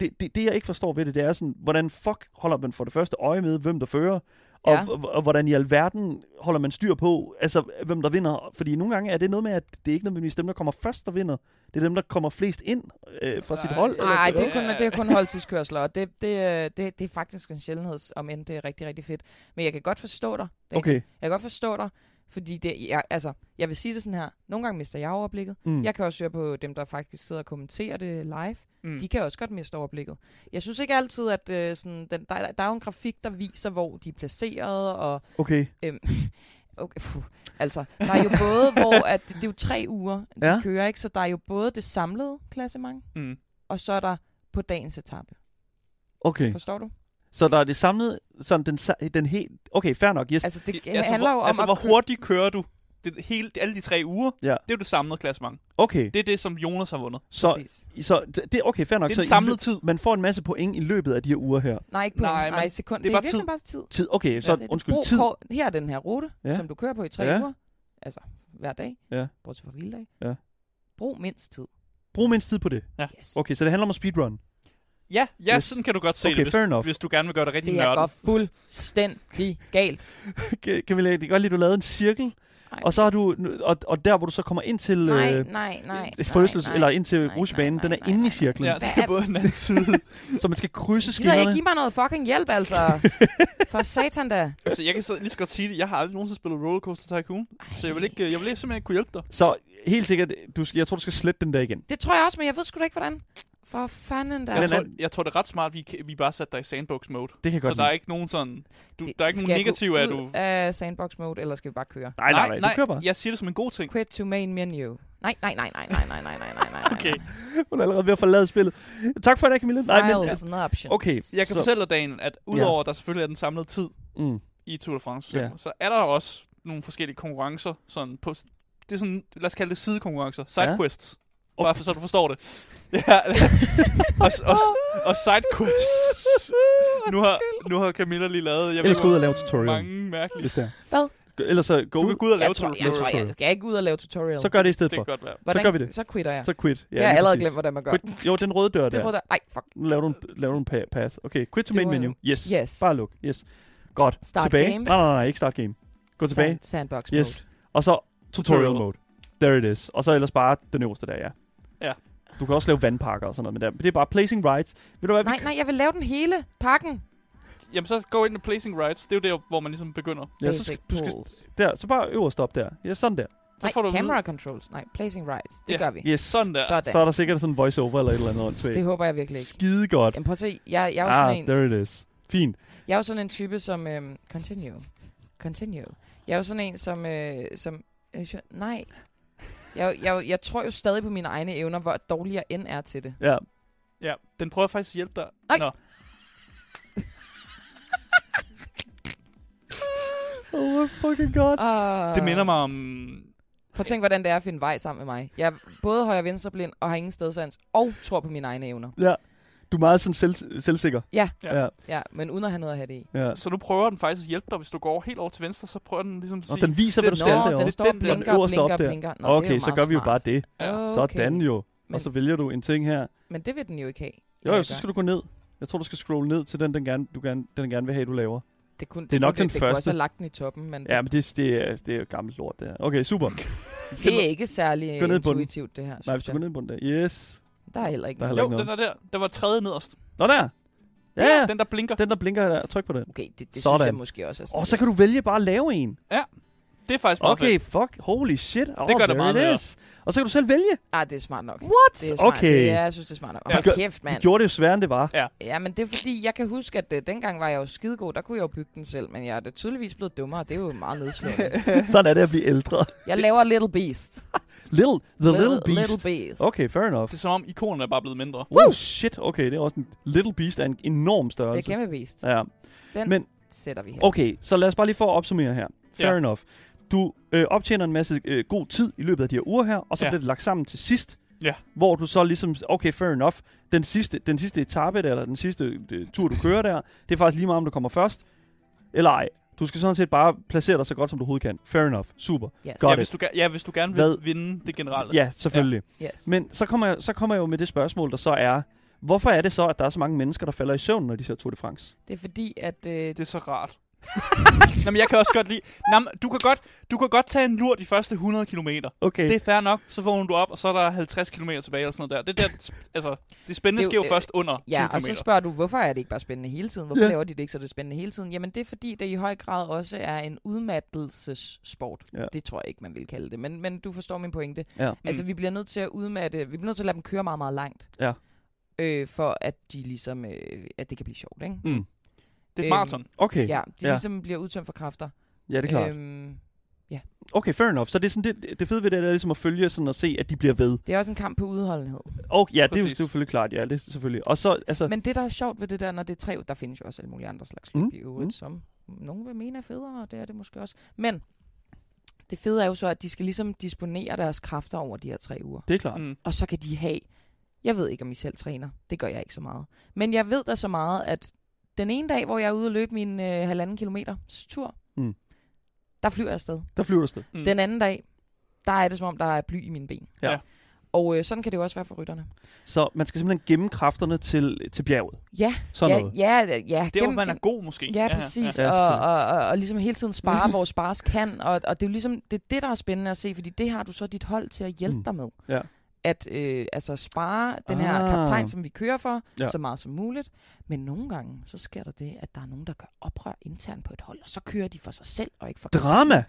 det, det, det jeg ikke forstår ved det, det er sådan, hvordan fuck holder man for det første øje med, hvem der fører, og, Ja. og, og hvordan i alverden holder man styr på, altså hvem der vinder. Fordi nogle gange er det noget med, at det er ikke nødvendigvis dem, der kommer først, der vinder. Det er dem, der kommer flest ind øh, fra sit Nej. hold. eller- Nej, det er eller- kun, det er kun holdtidskørsler, og det, det, øh, det, det er faktisk en sjældenhed, om end det er rigtig, rigtig fedt. Men jeg kan godt forstå dig. Daniel. Okay. Jeg kan godt forstå dig, fordi det, jeg, altså, jeg vil sige det sådan her. Nogle gange mister jeg overblikket. Mm. Jeg kan også høre på dem, der faktisk sidder og kommenterer det live. Mm. De kan også godt miste overblikket. Jeg synes ikke altid, at øh, sådan, den, der, der er jo en grafik, der viser, hvor de er placeret, og Okay. okay, puh, altså, der er jo (laughs) både, hvor at, det er jo tre uger, de Ja. ja. kører, ikke? så der er jo både det samlede klassement, Mm. og så er der på dagens etape. Okay. Forstår du? Altså, Så der er det samlede, sådan den, sa- den helt... Okay, fair nok, yes. Altså, det altså, handler hvor, jo om altså, at hvor kø- hurtigt kører du? Det, hele, alle de tre uger, Ja. det er jo det samlede klassement. Okay, Det er det, som Jonas har vundet. så, Præcis. så det- det, okay, fair nok. Det er så en i samlet løb- tid. Man får en masse point i løbet af de her uger her. Nej, ikke på Nej, nej, men nej, sekund. det er Det er, bare virkelig tid. bare tid. Tid, okay, så Ja, det- undskyld, brug tid. På, her er den her rute, Ja. ja. som du kører på i tre Ja. ja. uger. Altså, hver dag. Ja. Bortset fra hviledag. Ja. Brug mindst tid. Brug mindst tid på det. Yes. Okay, så det handler om at speedrun. Ja, ja Yes. yes. sådan kan du godt se Okay, det, hvis, fair enough. hvis du gerne vil gøre det rigtig Det er nørdet. godt fuldstændig galt. Kan- Kan vi lade, det kan godt lide, at du lavede en cirkel, Ej, og så har du, og, og der hvor du så kommer ind til nej, øh, nej, nej, forlystels- nej, eller nej. ind til nej, rusjebanen, nej, den er nej, inde i nej. cirklen, Ja, det er Hvad- både den anden side. så man skal krydse Gider ikke skinnerne. give mig noget fucking hjælp, (laughs) altså. For satan da. altså, jeg kan så lige så godt sige det. Jeg har aldrig nogensinde spillet Rollercoaster Tycoon, så jeg vil, ikke, øh, jeg vil ikke simpelthen ikke kunne hjælpe dig. Så helt sikkert, du skal, jeg tror du skal slette den der igen. Det tror jeg også, men jeg ved sgu da ikke, hvordan. For fanden da. Jeg Men- tror, jeg tror, det er ret smart, vi, kan- vi bare satte dig i sandbox mode. Det kan jeg Så godt der er lide. ikke nogen sådan... Du, Det- der er ikke skal nogen jeg gå negativ af, at ud du... af sandbox mode, eller skal vi bare køre? Nej, nej, nej, du kører bare. Jeg siger det som en god ting. Quit to main menu. Nej, nej, nej, nej, nej, nej, nej, nej, nej, nej. Okay. Hun er allerede ved at forlade spillet. Tak for det, Camilla. Nej, men, Files and options. Okay, Jeg kan Så- så. fortælle dig, Daniel, at udover at der selvfølgelig er den samlede tid mm, i Tour de France, for eksempel, Ja. så er der også nogle forskellige konkurrencer. Sådan på, det er sådan, lad os kalde det sidekonkurrencer. Sidequests. Ja. Bare for, så du forstår det. (laughs) Ja, og, og, og (laughs) sidequests. Nu har, nu har Camilla lige lavet... Jeg ellers gå ud og lave hvor tutorial, mange mærkelige... hvis det er. Hvad? G- Ellers så gå Du ud, kan gå ud og lave Jeg tror, tutorial. jeg, tror, jeg skal ikke ud og lave tutorial. så gør det i stedet Det for. kan godt være. hvordan, gør vi det. Så quitter jeg. Så quit. jeg har lige allerede præcis. glemt, hvordan man gør. Quit. Jo, den røde dør Det der. prøvede jeg. Nej, fuck. Nu laver du en, laver du en pa- path. Okay, quit to Det main var menu. Yes. Yes. Bare luk. Yes. Godt. Start tilbage. game. Nej, nej, nej, ikke start game. Gå tilbage. Sand, sandbox mode. Yes. Og så tutorial Tutorial. mode. There it is. Og så ellers bare den øverste der, ja. Ja. Du kan også lave vandpakker og sådan noget, men der- det er bare placing rights. Ved du hvad? vi- Nej, nej, jeg vil lave den hele pakken. Jamen, så gå ind i placing rights. Det er jo der, hvor man ligesom begynder. Ja, så Basic skal, du skal, tools. der, så bare øverst op der. Ja, sådan der. Så Nej, får du at vide- camera controls. Nej, placing rights. Det Ja. gør vi. Yes. Sådan der. Sådan. Så er der sikkert sådan en voiceover eller et eller andet åndssvagt. Det håber jeg virkelig ikke. Skide godt. Jamen prøv at se, jeg, jeg, er, jo Ah, sådan en, there it is. Fint. jeg er jo sådan en type som... Øhm, continue. Continue. Jeg er jo sådan en som... Øh, som øh, jo- nej. Jeg, jeg, jeg tror jo stadig på mine egne evner, hvor dårlig jeg end er til det. Ja. Ja, den prøver faktisk at hjælpe dig. Nej. Nå, Oh my fucking god. Uh, det Øh. minder mig om... Prøv at tænke, hvordan det er at finde vej sammen med mig. Jeg er både højre og venstre blind, og har ingen stedsans, og tror på mine egne evner. Ja. Du er meget sådan selv, selvsikker. Ja. Ja. ja. ja, men uden at have noget at have det i. ja. Så nu prøver den faktisk at hjælpe dig. Hvis du går helt over til venstre, så prøver den ligesom at sige... Og den viser, hvad du Den- skal Nå, derovre. den står og Den blinker, øverste op blinker, der. blinker. Nå, det er Okay, jo så meget gør vi jo smart. bare det. Okay. Sådan jo. Og Men- så vælger du en ting her. Men det vil den jo ikke have. Jo, jo, så skal du gå ned. Jeg tror, du skal scrolle ned til den, den gerne, du gerne, den gerne vil have, du laver. Det, kunne, Det er nok kunne- den det, Det kunne også første. have lagt den i toppen, men Ja, men det, det, er, det er jo gammelt lort, det her. Okay, super. det er ikke særlig øh, Gå ned på den. intuitivt, det her. Nej, Synes hvis du går jeg. ned på den der. Yes. Der er heller ikke Der er noget. heller Jo, ikke den noget. er der. Der var tredje nederst. Nå der! Ja, Der, ja. Den, der blinker. Den, der blinker der. Tryk på den. Okay, det, det synes Sådan. jeg måske også er sådan Og så kan du vælge bare at lave en. Det er faktisk meget Okay, fuck. Holy shit. Oh, Det gør det there meget it bedre. is. Og så kan du selv vælge. lidt. Ah, det er smart nok. What? Det er smart. okay. Det, ja, jeg synes, det er smart nok. Ja. Hold Gør- kæft, Du mand. gjorde det jo sværere, end det var. Ja, men det er fordi, jeg kan huske, at øh, dengang var jeg jo skidegod. Der kunne jeg jo bygge den selv, men jeg er da tydeligvis blevet dummere. og Det er jo meget (laughs) nedslående. Sådan er det at blive ældre. Jeg laver Little Beast. Little, the little, beast. Little Beast. Okay, fair enough. Det er som om ikonerne er bare blevet mindre. Woo! Oh shit, okay, det er også en Little Beast er en enorm Det er størrelse. kæmpe beast. ja. Den Men- Men, sætter vi her. Okay, så lad os bare lige få at opsummere her. Fair Ja. enough. Du øh, optjener en masse øh, god tid i løbet af de her uger her, og så Ja. ja. bliver det lagt sammen til sidst. Ja. Hvor du så ligesom, okay, fair enough, den sidste, den sidste etape der, eller den sidste øh, tur, du kører der, det er faktisk lige meget, om du kommer først, eller ej. Du skal sådan set bare placere dig så godt, som du overhovedet kan. Fair enough. Super. Yes. Godt. Ja, hvis du, ga- ja, hvis du gerne vil Hvad- vinde det generelle. Ja, selvfølgelig. Yes. Men så kommer, jeg, så kommer jeg jo med det spørgsmål, der så er, hvorfor er det så, at der er så mange mennesker, der falder i søvn, når de ser Tour de France? Det er fordi, at... Øh, Det er så rart. (laughs) Nå, men jeg kan også godt lide... Nå, men du kan godt, du kan godt tage en lur de første 100 km. Okay. Det er fair nok. Så vågner du op, og så er der 50 km tilbage eller sådan noget der. Det der, altså, det spændende Det er jo, sker jo øh, først under ja, 20 og så km. spørger du, hvorfor er det ikke bare spændende hele tiden? Hvorfor Ja. yeah. laver de det ikke, så det er spændende hele tiden? Jamen, det er fordi, det i høj grad også er en udmattelsessport. Ja. Det tror jeg ikke, man vil kalde det. Men, men du forstår min pointe. Ja. Altså, Mm. vi bliver nødt til at udmatte... Vi bliver nødt til at lade dem køre meget, meget langt. Ja. Øh, for at de ligesom... Øh, at det kan blive sjovt, ikke? Mm. Det er Øhm, et maraton. Okay. Ja, de Ja. ja. ligesom bliver udtømt for kræfter. ja, det er klart. Øhm, Okay, fair enough. Så det, er sådan, det, det fede ved det, det er ligesom at følge sådan og se, at de bliver ved. det er også en kamp på udholdenhed. Og ja, det er jo det er Præcis. selvfølgelig klart, ja, det er selvfølgelig. Og så, altså, Men det, der er sjovt ved det der, når det er tre, der findes jo også alle mulige andre slags løb Mm, mm. i øvrigt, mm. mm. som nogen vil mene er federe, og det er det måske også. Men det fede er jo så, at de skal ligesom disponere deres kræfter over de her tre uger. det er klart. Mm. Og så kan de have, jeg ved ikke, om I selv træner. Det gør jeg ikke så meget. Men jeg ved da så meget, at den ene dag, hvor jeg er ude og løbe min øh, halvanden kilometer tur, Mm. mm. der flyver jeg afsted. Der flyver du sted. Mm. Den anden dag, der er det som om, der er bly i mine ben. Ja. Og øh, sådan kan det jo også være for rytterne. Så man skal simpelthen gemme kræfterne til, til bjerget. Ja, Sådan ja, noget. ja, ja, ja. Det er, hvor gennem- man er god, måske. Ja, præcis. Ja, Ja, og, selvfølgelig. Mhm. og, og, og ligesom hele tiden spare, hvor spares kan. Og, og det er jo ligesom det, er det, der er spændende at se, fordi det har du så dit hold til at hjælpe Mm. mm. dig med. Ja. At øh, altså spare den her Ah. kaptajn, som vi kører for, Ja. ja. så meget som muligt. Men nogle gange, så sker der det, at der er nogen, der gør oprør internt på et hold, og så kører de for sig selv og ikke for Drama. kaptajnen.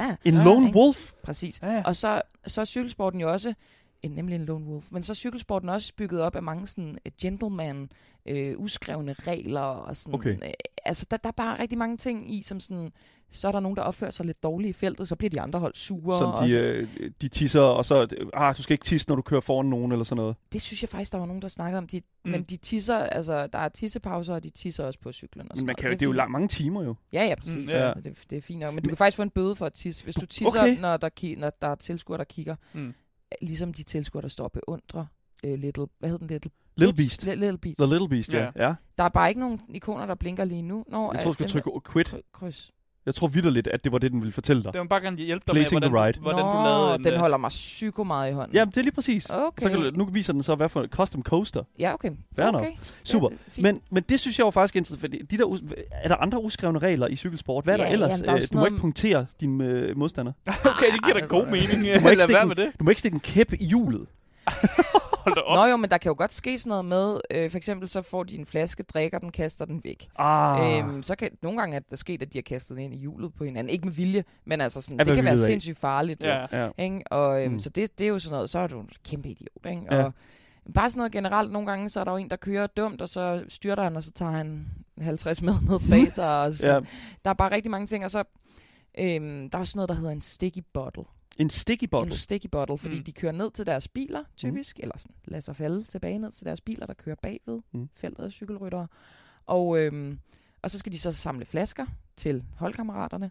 Drama. En Ja, lone ikke? wolf. Præcis. Ja, ja. Og så, så er cykelsporten jo også, en, nemlig en lone wolf, men så er cykelsporten også bygget op af mange sådan øh, gentleman, øh, uskrevne regler og sådan. Okay. Øh, altså, der, der er bare rigtig mange ting i, som sådan, så er der nogen, der opfører sig lidt dårligt i feltet, så bliver de andre hold sure. Som og de, så, øh, de tisser, og så, øh, ah, du skal ikke tisse, når du kører foran nogen, eller sådan noget. det synes jeg faktisk, der var nogen, der snakkede om. De, Mm. mm. Men de tisser, altså, der er tissepauser, og de tisser også på cyklen. Og Men sådan man noget. kan jo, det er jo fint. langt, mange timer jo. Ja, ja, præcis. Mm, Mm, ja. ja. Det, det er fint nok. Men du kan faktisk få en bøde for at tisse. Hvis du tisser, okay. okay. når, der ki- når der er tilskuere, der kigger, Mm. mm. ligesom de tilskuere, der står og beundrer uh, Little... Hvad hed den? Little, Little Beast. Li- little Beast. The Little Beast, ja. Ja. ja. Der er bare ikke nogen ikoner, der blinker lige nu. Nå, Jeg øh, tror, du skal den trykke quit. her- Kryds. Jeg tror vidderligt, at det var det, den ville fortælle dig. Det vil bare gerne hjælpe dig Placing med, the hvordan, ride. du, hvordan Nå, du lavede en, den øh, holder mig psyko meget i hånden. Jamen, det er lige præcis. Mm. okay. Så kan du, nu viser den så, hvad for en custom coaster. Ja, okay. Fair nok. okay. Super. Ja, fint. Men, men det synes jeg jo faktisk er interessant, fordi de der, us- er der andre uskrevne regler i cykelsport? Hvad er der Ja, ellers? jamen, der er Øh, jo sådan du må noget ikke punktere din øh, modstander. (laughs) Okay, det giver da god mening. Du må ikke (laughs) Lad stikke være den- med det. Du må ikke stikke en kæp i hjulet. Hold da op. Nå jo, men der kan jo godt ske sådan noget med, øh, for eksempel så får de en flaske, drikker den, kaster den væk. Ah. Øhm, så kan nogle gange er det sket, at de har kastet den ind i hjulet på hinanden. Ikke med vilje, men altså sådan, Af det hvad kan vi være ved af. sindssygt farligt. Ja. Ja. ja. Ikke? Og øhm, Mm. mm. så det, det er jo sådan noget, så er du en kæmpe idiot. Ikke? Ja. Og bare sådan noget generelt, nogle gange så er der jo en, der kører dumt, og så styrter han, og så tager han 50 med ned bag sig. Og sådan. (laughs) ja. Ja. Der er bare rigtig mange ting, og så øhm, der er også noget, der hedder en sticky bottle. En sticky bottle. En sticky bottle, fordi Mm. mm. de kører ned til deres biler, typisk, mm. eller sådan, lader sig falde tilbage ned til deres biler, der kører bagved Mm. mm. feltet af cykelryttere. Og, øhm, og så skal de så samle flasker til holdkammeraterne,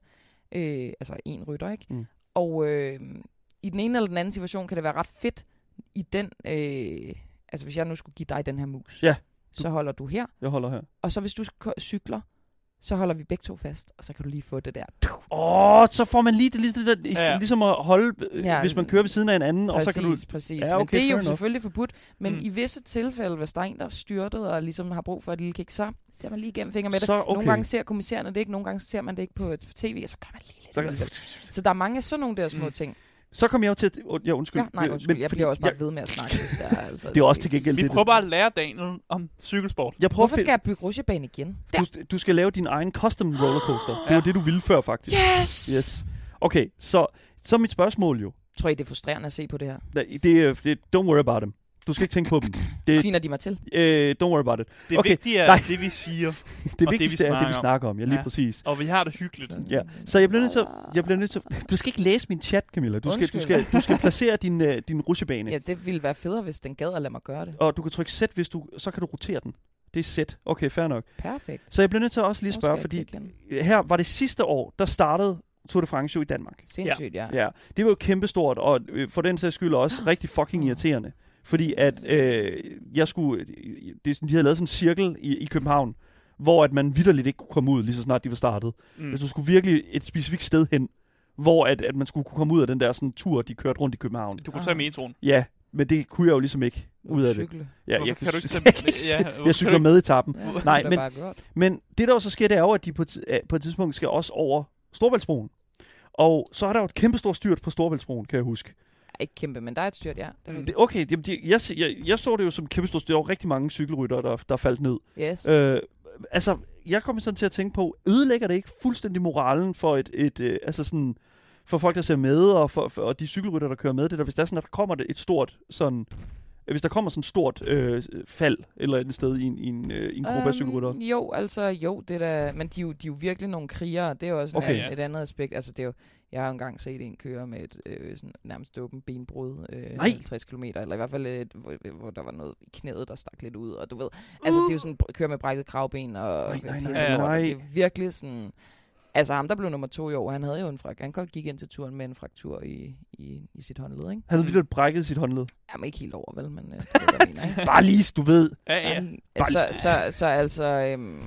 øh, altså en rytter, ikke? Mm. Mm. Og øh, i den ene eller den anden situation kan det være ret fedt i den, øh, altså hvis jeg nu skulle give dig den her mus, Ja. så holder du her. Jeg holder her. Og så hvis du sk- cykler, så holder vi begge to fast, og så kan du lige få det der. Åh, oh, så får man lige det, lige det der, i- Ja. ligesom at holde, øh, Ja. hvis man kører ved siden af en anden, Præcis, og så kan du... præcis. Ja, Ja, okay, men okay, det er jo fair enough. selvfølgelig forbudt. Men Mm. mm. i visse tilfælde, hvis der er en, der er styrtet og ligesom har brug for et lille kick, så ser man lige igennem fingre med det. Så, okay. Nogle gange ser kommissærerne det ikke, nogle gange ser man det ikke på et tv, og så gør man lige lidt. Så, Så, så der er mange af sådan nogle der små Mm. mm. ting. så kom jeg jo til at... und- Ja, undskyld. Øh, Ja, nej, undskyld, men, jeg fordi bliver også bare jeg, ved med at snakke. hvis (laughs) Det, er, altså, Det er også til gengæld Vi lidt- prøver bare at lære Daniel om cykelsport. jeg prøver Hvorfor at skal finde- jeg bygge rutsjebane igen? Der. du, du skal lave din egen custom rollercoaster. Det var det, du ville før, faktisk. Yes! Yes. Okay, så, så mit spørgsmål jo. Tror I, det er frustrerende at se på det her? Nej, Det, er- det, don't worry about them. Du skal ikke tænke på dem. Det- Sviner de mig til? Øh, don't worry about it. Det Okay, vigtige er nej. det, vi siger, Det Og det, vi vigtigste er det, vi snakker om. snakker om. Ja, lige Ja. præcis. og vi har det hyggeligt. Ja. Så jeg bliver nødt til, jeg bliver nødt til, du skal ikke læse min chat, Camilla. Du skal, du skal, du skal placere din, øh, din rutsjebane. Ja, det ville være federe, hvis den gad at lade mig gøre det. Og du kan trykke Z, hvis du, så kan du rotere den. Det er Z. Okay, fair nok. Perfekt. Så jeg bliver nødt til også lige at Nu spørge, skal jeg fordi kigge her var det sidste år, der startede Tour de France jo i Danmark. Sindssygt, ja. Ja, det var jo kæmpestort, og øh, for den sags skyld (gasps) også rigtig fucking irriterende. Fordi at øh, jeg skulle, det, er sådan- de havde lavet sådan en cirkel i, i København, hvor at man vidderligt ikke kunne komme ud, lige så snart de var startet. Mm. Hvis du skulle virkelig et specifikt sted hen, hvor at, at man skulle kunne komme ud af den der sådan tur, de kørte rundt i København. Du kunne Ah. tage metroen. Ja, men det kunne jeg jo ligesom ikke ud af det. Cykle. Ja, Hvorfor jeg, kan du ikke tage- jeg, kan (laughs) ikke Ja, se- hvorfor jeg kan cykler du med i tappen. Ja, det Nej, er men- bare godt. Men det der jo så sker, det er jo, at de på, et ti- øh, på et tidspunkt skal også over Storbæltsbroen. Og så er der jo et kæmpestort styrt på Storbæltsbroen, kan jeg huske. Ikke kæmpe, men der er et styrt, ja. Det er Mm. Det, okay, jamen de, jeg, se- jeg, jeg så det jo som et kæmpestort styrt. Der var rigtig mange cykelryttere, der, der faldt ned. Yes. Øh, altså, jeg kommer sådan til at tænke på, ødelægger det ikke fuldstændig moralen for et, et øh, altså sådan, for folk, der ser med, og, for, for, og de cykelrytter, der kører med det der, hvis der, er sådan, at der kommer det et stort sådan, hvis der kommer sådan et stort øh, fald eller et sted i en, i en, øh, i en Øhm, gruppe af cykelryttere. Øhm, Jo, altså jo, det der, men de er, jo, de er jo virkelig nogle krigere, det er jo også Okay. okay, Ja. et, et andet aspekt. Altså det er jo, jeg har jo engang set en køre med et øh, sådan, nærmest åbent benbrud øh, Nej. 50 km, eller i hvert fald, et, hvor, hvor, der var noget i knæet, der stak lidt ud, og du ved, altså det er jo sådan, br- køre med brækket kravben og Nej, nej, nej, pisse lort, og nej. det er virkelig sådan, altså ham, der blev nummer to i år, han havde jo en frak, han gik ind til turen med en fraktur i, i, i sit håndled, ikke? Han havde lige brækket sit (laughs) håndled. Jamen ikke helt over, vel, men øh, det er, hvad jeg mener, ikke? Bare lige, du ved. Ja, ja. Ja. Så, så, så altså, øhm,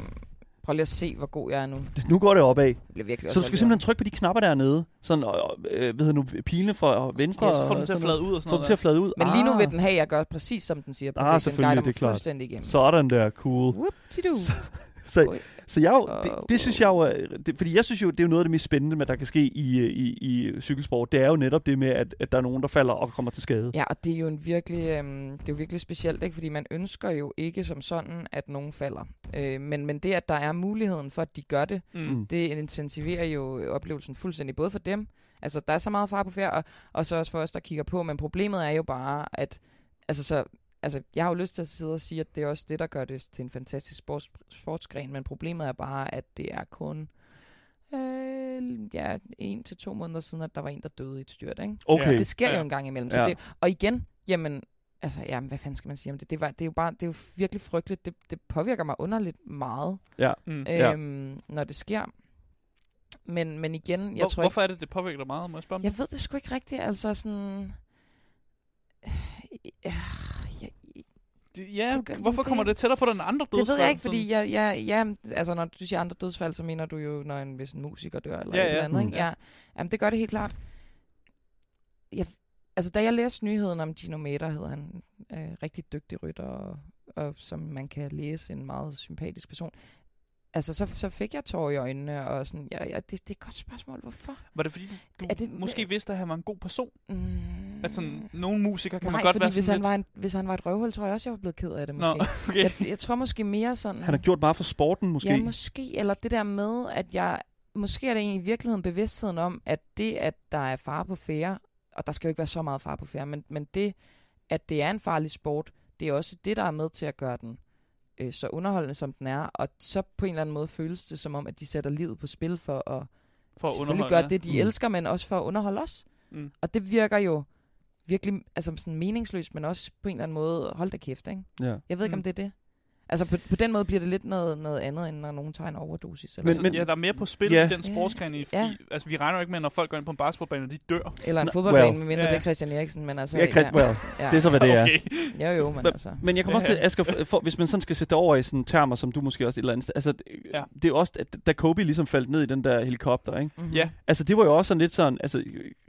prøv lige at se, hvor god jeg er nu. Jeg Nu går det opad. bliver virkelig Så også du skal aldrig- simpelthen trykke på de knapper dernede. Sådan, og, og, øh, hvad hedder nu, pilene fra venstre. Yes. og Få dem til at sådan flade ud og noget. Få sådan dem til at noget. flade ud. Men lige nu Ah, vil den have, at jeg gør præcis, som den siger. Ah, Præcis. den selvfølgelig, guider det er mig klart. fuldstændig igennem. Sådan der, cool. Whoop, Så- (laughs) Så, Oj. så jeg, jo- det, det synes jeg jo, er- det, fordi jeg synes jo, det er jo noget af det mest spændende, med, der kan ske i, øh, i, i cykelsport. Det er jo netop det med, at, at der er nogen, der falder og kommer til skade. Ja, og det er jo en virkelig, øhm, det er jo virkelig specielt, ikke? fordi man ønsker jo ikke som sådan, at nogen falder. Øh, men, men det, at der er muligheden for, at de gør det, Mm. det intensiverer jo oplevelsen fuldstændig, både for dem, altså der er så meget far på færd, og, og så også for os, der kigger på, men problemet er jo bare, at altså, så, altså, jeg har jo lyst til at sidde og sige, at det er også det, der gør det til en fantastisk sports, sportsgren, men problemet er bare, at det er kun øh, ja, en til to måneder siden, at der var en, der døde i et styrt, ikke? Okay, Det sker Ja. jo en gang imellem. Så Ja. det, og igen, jamen, altså, jamen, hvad fanden skal man sige om det? Det, var, det er jo bare, det er jo virkelig frygteligt. Det, det påvirker mig underligt meget, Mm. Ja. øhm, når det sker. Men, men igen, jeg Hvor, tror ikke, hvorfor er det, det påvirker dig meget? Må jeg spørge om det? jeg ved det sgu ikke rigtigt, altså sådan... (sighs) Ja, jeg, det? Ja, det gør- hvorfor det- kommer det tættere på den andre dødsfald? det ved jeg ikke, fordi jeg, jeg, ja, altså, når du siger andre dødsfald, så mener du jo, når en, hvis en musiker dør eller Ja, ja, et ja. eller andet. Mm. Ikke? Ja. Jamen, det gør det helt klart. Jeg, altså, da jeg læste nyheden om Gino Mater, hed han øh, rigtig dygtig rytter, og, og som man kan læse, en meget sympatisk person. Altså, så, så fik jeg tårer i øjnene, og sådan, ja, ja, det, det er et godt spørgsmål, hvorfor? Var det fordi, du Er det, det- måske vidste, at han var en god person? Mm. At sådan, nogle musikere Altså, kan Nej, man godt fordi være hvis sådan han, lidt... var en, hvis han var et røvhul, tror jeg også, jeg var blevet ked af det, Nå, måske. (laughs) okay. Jeg, jeg tror måske mere sådan... han har gjort meget for sporten måske. Ja, måske. Eller det der med, at jeg... Måske er det egentlig i virkeligheden bevidstheden om, at det, at der er far på færre, og der skal jo ikke være så meget far på færre, men, men det, at det er en farlig sport, det er også det, der er med til at gøre den øh, så underholdende, som den er. Og så på en eller anden måde føles det som om, at de sætter livet på spil for at For at selvfølgelig underholde. gøre det, de Mm. mm. elsker, men også for at underholde os. Mm. Mm. Og det virker jo virkelig altså sådan meningsløst, men også på en eller anden måde, hold da kæft, ikke? Ja. Jeg ved ikke, Mm. om det er det. Altså på, på den måde bliver det lidt noget, noget andet, end når nogen tager en overdosis. Eller, Men- men, Men, men- men, ja, der er mere på spil Ja. ja. i den sportsgren. I, Ja. ja. Altså, vi regner jo ikke med, når folk går ind på en basketballbane, og de dør. (laughs) eller en Nå, fodboldbane, well. well. mindre Ja. det er Christian Eriksen. Men altså, Ja, Christ, well, ja, det er så, hvad det er. Okay. ja, jo, men Nå, altså. Men jeg kommer også til, Asger, for, for, hvis man sådan skal sætte det over i sådan termer, som du måske også et eller andet sted, altså, ja. Ja. det er jo også, at da Kobe ligesom faldt ned i den der helikopter, ikke? Mm-hmm. Ja, Altså, det var jo også sådan lidt sådan, altså,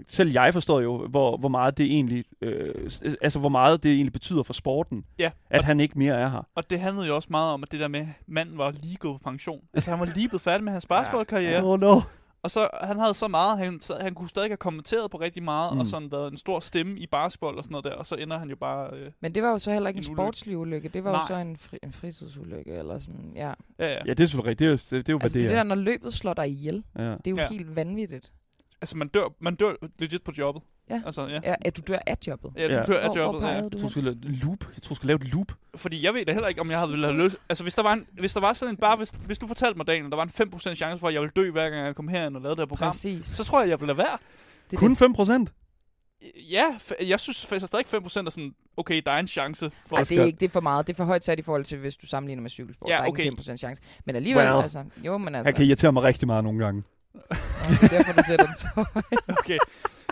selv jeg forstår jo, hvor, hvor meget det egentlig, øh, s- altså, hvor meget det egentlig betyder for sporten, ja. at han ikke mere er her. Og det handlede jo også meget om, at det der med, at manden var lige gået på pension. Altså, han var lige blevet færdig med (laughs) hans basketballkarriere. Oh no. Og så, han havde så meget, han, sad- han kunne stadig have kommenteret på rigtig meget, mm. Mm. og sådan været en stor stemme i basketball og sådan noget der. Og så ender han jo bare... Øh, Men det var jo så heller ikke en, En en ulykke. sportslig ulykke. Det var jo Nej. så en, fri, en fritidsulykke, eller sådan, ja. ja, ja. Ja, det er selvfølgelig rigtigt. Det er jo, det, er jo Altså hvad det, det, der, når løbet slår dig ihjel, er. Ja. det er jo ja. Ja. helt vanvittigt. Altså, man dør, man dør legit på jobbet. Ja. Altså, ja. Ja, at du dør af jobbet. Ja, du Ja. dør af Hvor- jobbet. Hvor Ja. pegede Jeg du tror, du skal lave et loop. Jeg tror, du skal lave et loop. Fordi jeg ved da heller ikke, om jeg havde ville have lyst. Altså, hvis der var, en, hvis der var sådan en... Bare hvis, hvis du fortalte mig, Daniel, der var en 5% chance for, at jeg ville dø, hver gang jeg kom herind og lavede det her hen? program, Præcis. så tror jeg, jeg ville lade være. Det er Kun det. 5 procent? Ja, f- jeg synes faktisk stadig 5% er sådan, okay, der er en chance for... Ej, At, det er ikke det er for meget. Det er for højt sat i forhold til, hvis du sammenligner med cykelsport. Ja, Der er ikke okay. en 5% chance. Men alligevel, Well. well. altså. Jo, men altså. Han kan irritere mig rigtig meget nogle gange. Det er derfor, du sætter den tøj. okay.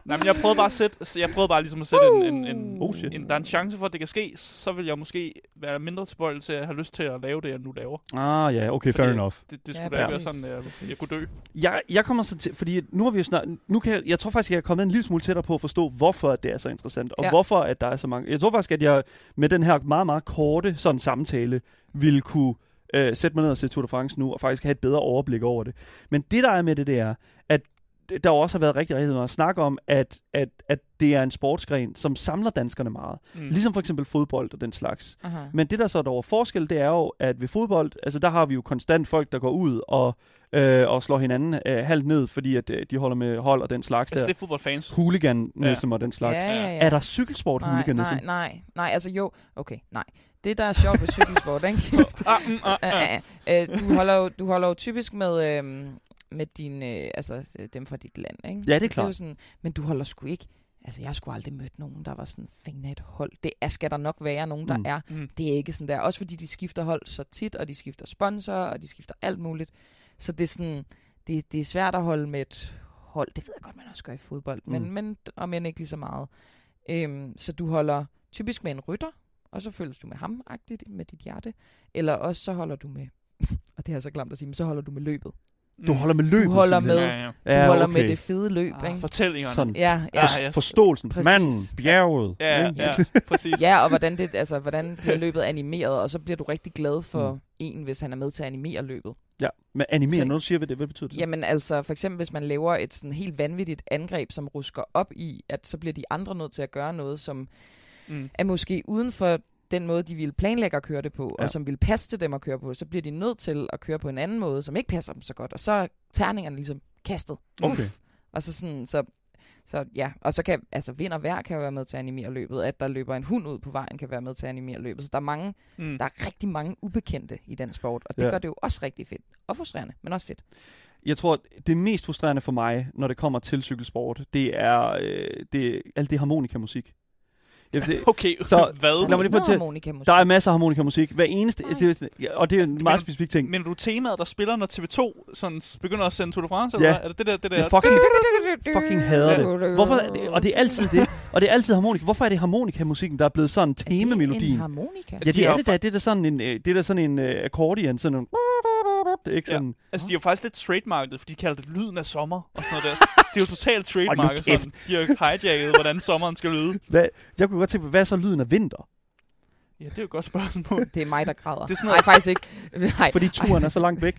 Nej, men jeg prøvede bare at sætte, så jeg prøvede bare ligesom at sætte en, en, Uh. en, Oh, shit. en, der er en chance for, at det kan ske, så vil jeg måske være mindre tilbøjelig til at have lyst til at lave det, jeg nu laver. Ah ja, okay, fair Fordi- enough. Det, det Ja, skulle ja, da ikke være præcis. sådan, at jeg, jeg kunne dø. Jeg, jeg kommer så til, fordi nu har vi jo snart, nu kan jeg, jeg tror faktisk, jeg er kommet en lille smule tættere på at forstå, hvorfor at det er så interessant, og ja. Ja. hvorfor at der er så mange. Jeg tror faktisk, at jeg med den her meget, meget korte sådan samtale, ville kunne øh, sætte mig ned og se Tour de France nu, og faktisk have et bedre overblik over det. Men det, der er med det, det er, at der jo også har været rigtig, rigtig meget snak om, at, at, at det er en sportsgren, som samler danskerne meget. Mm. Ligesom for eksempel fodbold og den slags. Aha. Men det, der så er der over forskel, det er jo, at ved fodbold, altså der har vi jo konstant folk, der går ud og, øh, og slår hinanden øh, halvt ned, fordi at øh, de holder med hold og den slags Altså, altså, det der. er fodboldfans. Hooliganism ja. og den slags. Ja. Ja, ja, ja. Er der cykelsport nej, hooliganism? nej, nej, nej, altså jo, okay, nej. Det, der er sjovt ved cykelsport, ikke? Ah, mm, ah, Ah, ah. ah, ah. Øh, du, holder jo, du holder jo typisk med, øhm, med din, øh, altså, øh, dem fra dit land, ikke? det er Så klart. jo sådan, men du holder sgu ikke... Altså, jeg har sgu aldrig mødt nogen, der var sådan, fanden af et hold. Det er, skal der nok være nogen, der Mm. mm. er. Mm. Det er ikke sådan der. Også fordi de skifter hold så tit, og de skifter sponsorer, og de skifter alt muligt. Så det er sådan, det, det er svært at holde med et hold. Det ved jeg godt, man også gør i fodbold, men, Mm. mm. men om end ikke lige så meget. Øhm, så du holder typisk med en rytter, og så følges du med ham-agtigt med dit hjerte. Eller også så holder du med, (laughs) og det har jeg så glemt at sige, men så holder du med løbet. mm. Du holder med løbet. Du holder simpelthen. med. Ja, ja. Du ja, holder okay. med det fede løb, Ah, ikke? fortællingerne. Sådan. Ja, ja. Ja, For, ja. Forståelsen. Præcis. Manden. Bjerget. Ja, ikke? ja, (laughs) præcis. Ja, og hvordan, det, altså, hvordan bliver løbet animeret, og så bliver du rigtig glad for mm. en, hvis han er med til at animere løbet. ja. Men animere, Så- når du siger ved det, hvad betyder det? så? Jamen altså, for eksempel hvis man laver et sådan helt vanvittigt angreb, som rusker op i, at så bliver de andre nødt til at gøre noget, som Mm. er måske uden for den måde, de ville planlægge at køre det på, Ja. og som ville passe til dem at køre på, så bliver de nødt til at køre på en anden måde, som ikke passer dem så godt. Og så er terningerne ligesom kastet. Uff. Okay. Og så sådan, så, så ja, og så kan, altså vind og vejr kan jo være med til at animere løbet, at der løber en hund ud på vejen kan være med til at animere løbet. Så der er mange, Mm. der er rigtig mange ubekendte i den sport, og det Ja. ja. gør det jo også rigtig fedt. Og frustrerende, men også fedt. Jeg tror, at det mest frustrerende for mig, når det kommer til cykelsport, det er, øh, det, alt det harmonikamusik. Jeg, det, Okay, Så- så, (laughs) hvad? Lad mig lige prøve at tæ- Der er masser af harmonikamusik. Hver eneste... Nej. Det, ja, og det er en meget Men- specifik ting. Men du temaet, der spiller, når TV2 sådan, s- begynder at sende Tour de France? Ja. Eller hvad? er det det der, det der? Jeg fucking, fucking hader det. Hvorfor er det. Og det er altid det. Og det er altid harmonika. Hvorfor er det harmonikamusikken, der er blevet sådan En temamelodien? harmonika? Ja, De det har er jo det da. Det er da sådan en, øh, det er da sådan en øh, accordion. Sådan en... Det er ikke Ja. sådan... Altså, de er jo faktisk lidt trademarket, fordi de kalder det lyden af sommer og sådan noget der. Så Det er jo totalt trademarket, kæft. sådan. De har jo hijacket, hvordan sommeren skal lyde. Hvad, jeg kunne godt tænke på, hvad er så lyden af vinter? Ja, det er jo et godt spørgsmål. Det er mig, der græder. Det er sådan Nej, noget- faktisk ikke. (laughs) Nej, Fordi turen er (laughs) så langt (laughs) væk.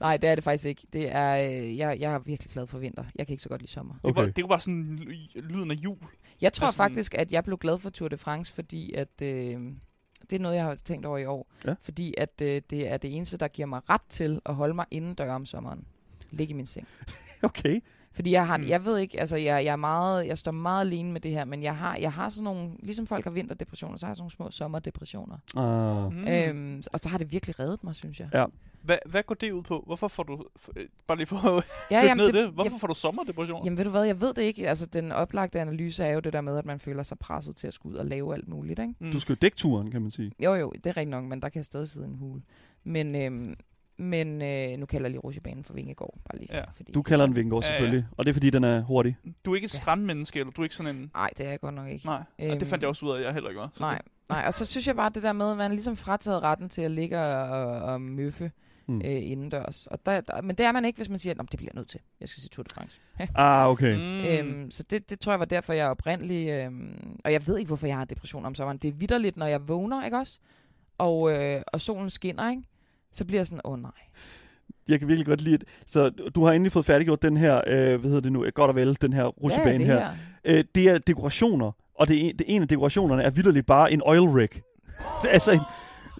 nej, det er det faktisk ikke. Det er, øh, jeg, jeg er virkelig glad for vinter. Jeg kan ikke så godt lide sommer. Det var, Okay. det var bare sådan ly- lyden af jul. Jeg tror Altså- faktisk, at jeg blev glad for Tour de France, fordi at, øh, det er noget, jeg har tænkt over i år. Ja. Fordi at øh, det er det eneste, der giver mig ret til at holde mig indendør om sommeren. Ligge i min seng. Okay. Fordi jeg, har, Mm. mm. jeg ved ikke, altså jeg, jeg, er meget, jeg står meget alene med det her, men jeg har, jeg har sådan nogle, ligesom folk har vinterdepressioner, så har jeg sådan nogle små sommerdepressioner. Uh, Mm. Mm. Øhm, og så har det virkelig reddet mig, synes jeg. Hvad, hvad går det ud på? Hvorfor får du... f- øh, Bare lige for at Ja, ja, jamen, ned det, det. det, Hvorfor jamen, får du sommerdepression? jamen ved du hvad, jeg ved det ikke. Altså den oplagte analyse er jo det der med, at man føler sig presset til at skulle ud og lave alt muligt, ikke? Mm. du skal jo dække turen, kan man sige. Jo jo, det er rigtigt nok, men der kan jeg stadig sidde i en hule. Men, øhm, men øh, nu kalder jeg lige rutsjebanen for Vingegård, bare lige. Ja. Fordi Du kalder den Vingård Ja, ja. selvfølgelig, og det er fordi, den er hurtig. Du er ikke et Ja. strandmenneske, eller du er ikke sådan en... Nej, det er jeg godt nok ikke. Nej, og det Øhm. fandt jeg også ud af, at jeg heller ikke var. Så Nej, nej. Og så synes jeg bare, det der med, at man er ligesom frataget retten til at ligge og, og, og møffe Mm. mm. øh, indendørs. Og der, der, men det er man ikke, hvis man siger, at det bliver jeg nødt til. Jeg skal se Tour de France. Ah, Det, okay. mm, Mm. Øhm, så det, det tror jeg var derfor, jeg oprindelig... Øhm, og jeg ved ikke, hvorfor jeg har depression om sommeren. Det er vidderligt, når jeg vågner, ikke også? Og, øh, og solen skinner, ikke? Så bliver jeg sådan, åh oh, nej. Jeg kan virkelig godt lide det. Så du har endelig fået færdiggjort den her, øh, hvad hedder det nu, godt og vel, den her rutsjebane det her. Øh, det er dekorationer, og det er, det en af dekorationerne er vidderligt bare en oil rig. (laughs) altså, en,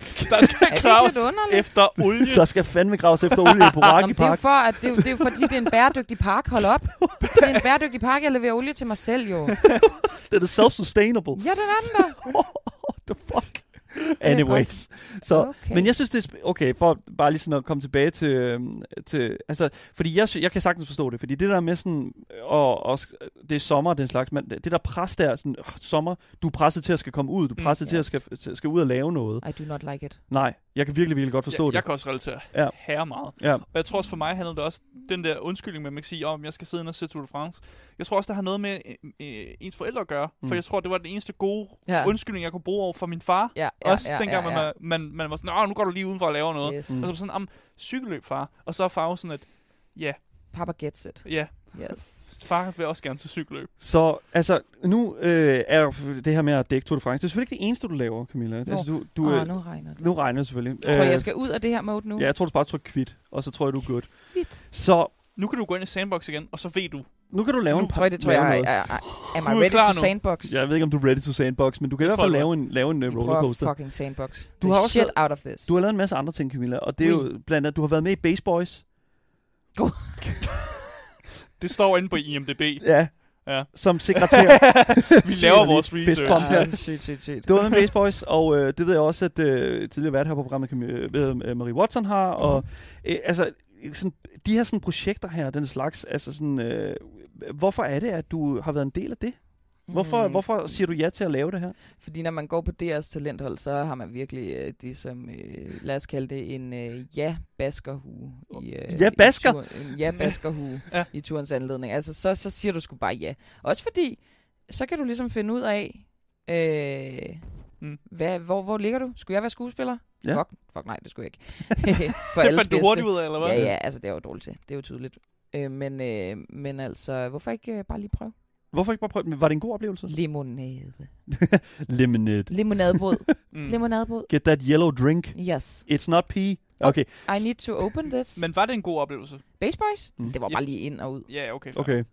der skal (laughs) Er det ikke graves lidt underligt? efter olie. der skal fandme graves efter olie (laughs) på Nå, Boraki men det er jo Park. for, at det, er jo- det er jo fordi, det er en bæredygtig park. Hold op. Det er en bæredygtig park, jeg leverer olie til mig selv, jo. Den er self-sustainable. Ja, den er den der. What (laughs) the (laughs) fuck? Anyways. Så, Okay. Men jeg synes, det er... sp- Okay, for bare lige sådan at komme tilbage til... øhm, til altså, fordi jeg, sy- jeg kan sagtens forstå det, fordi det der med sådan... øh, Og, og sk- det er sommer og den slags, men det der pres der, sådan, øh, sommer, du er presset til at skal komme ud, du er Mm, presset mm, til at yes. skal, til- skal ud og lave noget. I do not like it. Nej, jeg kan virkelig, virkelig godt forstå jeg, det. jeg kan også relatere Ja. ja. herre meget. Ja. Og jeg tror også for mig handler det også, den der undskyldning, man kan sige om, jeg skal sidde inde og se Tour de France. Jeg tror også, det har noget med øh, øh, ens forældre at gøre. For Mm. jeg tror, det var den eneste gode Ja. undskyldning, jeg kunne bruge over for min far. Ja, Ja, også ja, dengang, ja, ja. Man, man, man var sådan, Nå, nu går du lige udenfor og laver noget. Yes. Mm. Mm. Og så sådan, om cykelløb, far. Og så er far jo sådan, at ja, Papa gets it. ja, Yes. far vil også gerne til cykelløb. Så altså, nu øh, er det her med at dække Tour de France, det er selvfølgelig ikke det eneste, du laver, Camilla. Nå. Altså, du, Du, du, Åh, øh, nu regner det. nu regner jeg selvfølgelig. Øh, Jeg tror, jeg skal ud af det her mode nu. Ja, jeg tror, du skal bare trykke kvit, og så tror jeg, du er good. Fedt. Så Nu kan du gå ind i Sandbox igen, og så ved du. nu kan du lave Nu en Tror jeg, det tror jeg, lave jeg, noget. jeg, jeg, am Du I er ready klar to nu. sandbox? Jeg ved ikke, om du er ready to sandbox, men du kan i Det hvert fald tror jeg, lave en, lave en Vi øh, prøver rollercoaster. fucking sandbox. Du The har også shit lavet- out of this. Du har lavet en masse andre ting, Camilla, og det er jo blandt andet, du har været med i Base Boys. Det står inde på IMDb. Ja. Ja. Som sekretær. Vi laver vores Fistbump research. her. shit, shit, shit. Du har været med i Base Boys, og øh, det ved jeg også, at øh, tidligere vært her på programmet, Cam- øh, ved, øh, Marie Watson har, og øh, altså, øh, sådan, de her sådan, projekter her, den slags, altså sådan, øh, hvorfor er det, at du har været en del af det? Hvorfor, mm. hvorfor siger du ja til at lave det her? Hmm. Fordi når man går på DR's talenthold, så har man virkelig øh, det, som øh, lad os kalde det, en øh, ja-baskerhue. I, øh, Ja, basker? I tur, en (laughs) ja-baskerhue Ja. ja. i turens anledning. Altså, så, så siger du sgu bare ja. Også fordi, så kan du ligesom finde ud af, øh, Mm. mm. hvad, hvor, hvor ligger du? Skulle jeg være skuespiller? Ja. Fuck, fuck nej, (laughs) det skulle jeg ikke. For Det alles fandt du bedste. hurtigt ud af, eller hvad? Ja, ja, altså det er jeg jo dårligt til. Det er jo tydeligt. Øh, men, øh, men altså, hvorfor ikke øh, bare lige prøve? Hvorfor ikke bare prøve det? Var det en god oplevelse? Limonade. Lemonade. (laughs) Limonadebrød. Mm. Limonadebrød. Get that yellow drink. Yes. It's not pee. Okay, I need to open this. Men Men var det en god oplevelse? Base Boys? Mm. Mm. Det var Ja. bare lige ind og ud. Ja, okay. fair. okay.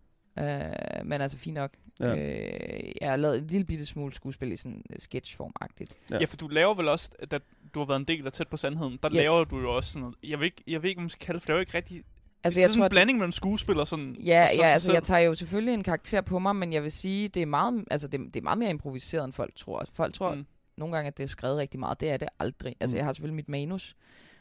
Øh, men altså, fint nok. Ja. Ja. Øh, jeg har lavet en lille bitte smule skuespil i sådan øh, sketchform-agtigt. Ja. Ja. for du laver vel også, at da du har været en del af Tæt på Sandheden, der yes. Yes. laver du jo også sådan noget. Jeg ved ikke, jeg ved ikke, om man skal kalde det, for det er jo ikke rigtig... Altså, det er jeg sådan tror, en blanding mellem skuespil og sådan... Ja, og så ja sig altså, selv. jeg tager jo selvfølgelig en karakter på mig, men jeg vil sige, det er meget, altså, det, det er meget mere improviseret, end folk tror. Folk tror Mm. mm. nogle gange, at det er skrevet rigtig meget. Det er det aldrig. Altså, Mm. jeg har selvfølgelig mit manus,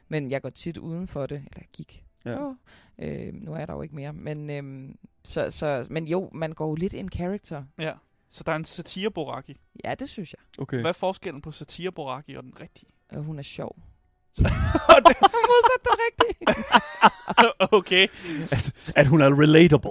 men jeg går tit uden for det. Eller jeg gik. Ja. Åh. Øh, nu er jeg der jo ikke mere. Men, øhm, så, så, men jo, man går jo lidt in character. Ja. Så der er en satireboraki. Ja, det synes jeg. Okay. Hvad er forskellen på satireboraki og den (laughs) rigtige? Og hun er (laughs) sjov. det- Modsat det rigtige. okay. At hun er (laughs) relatable.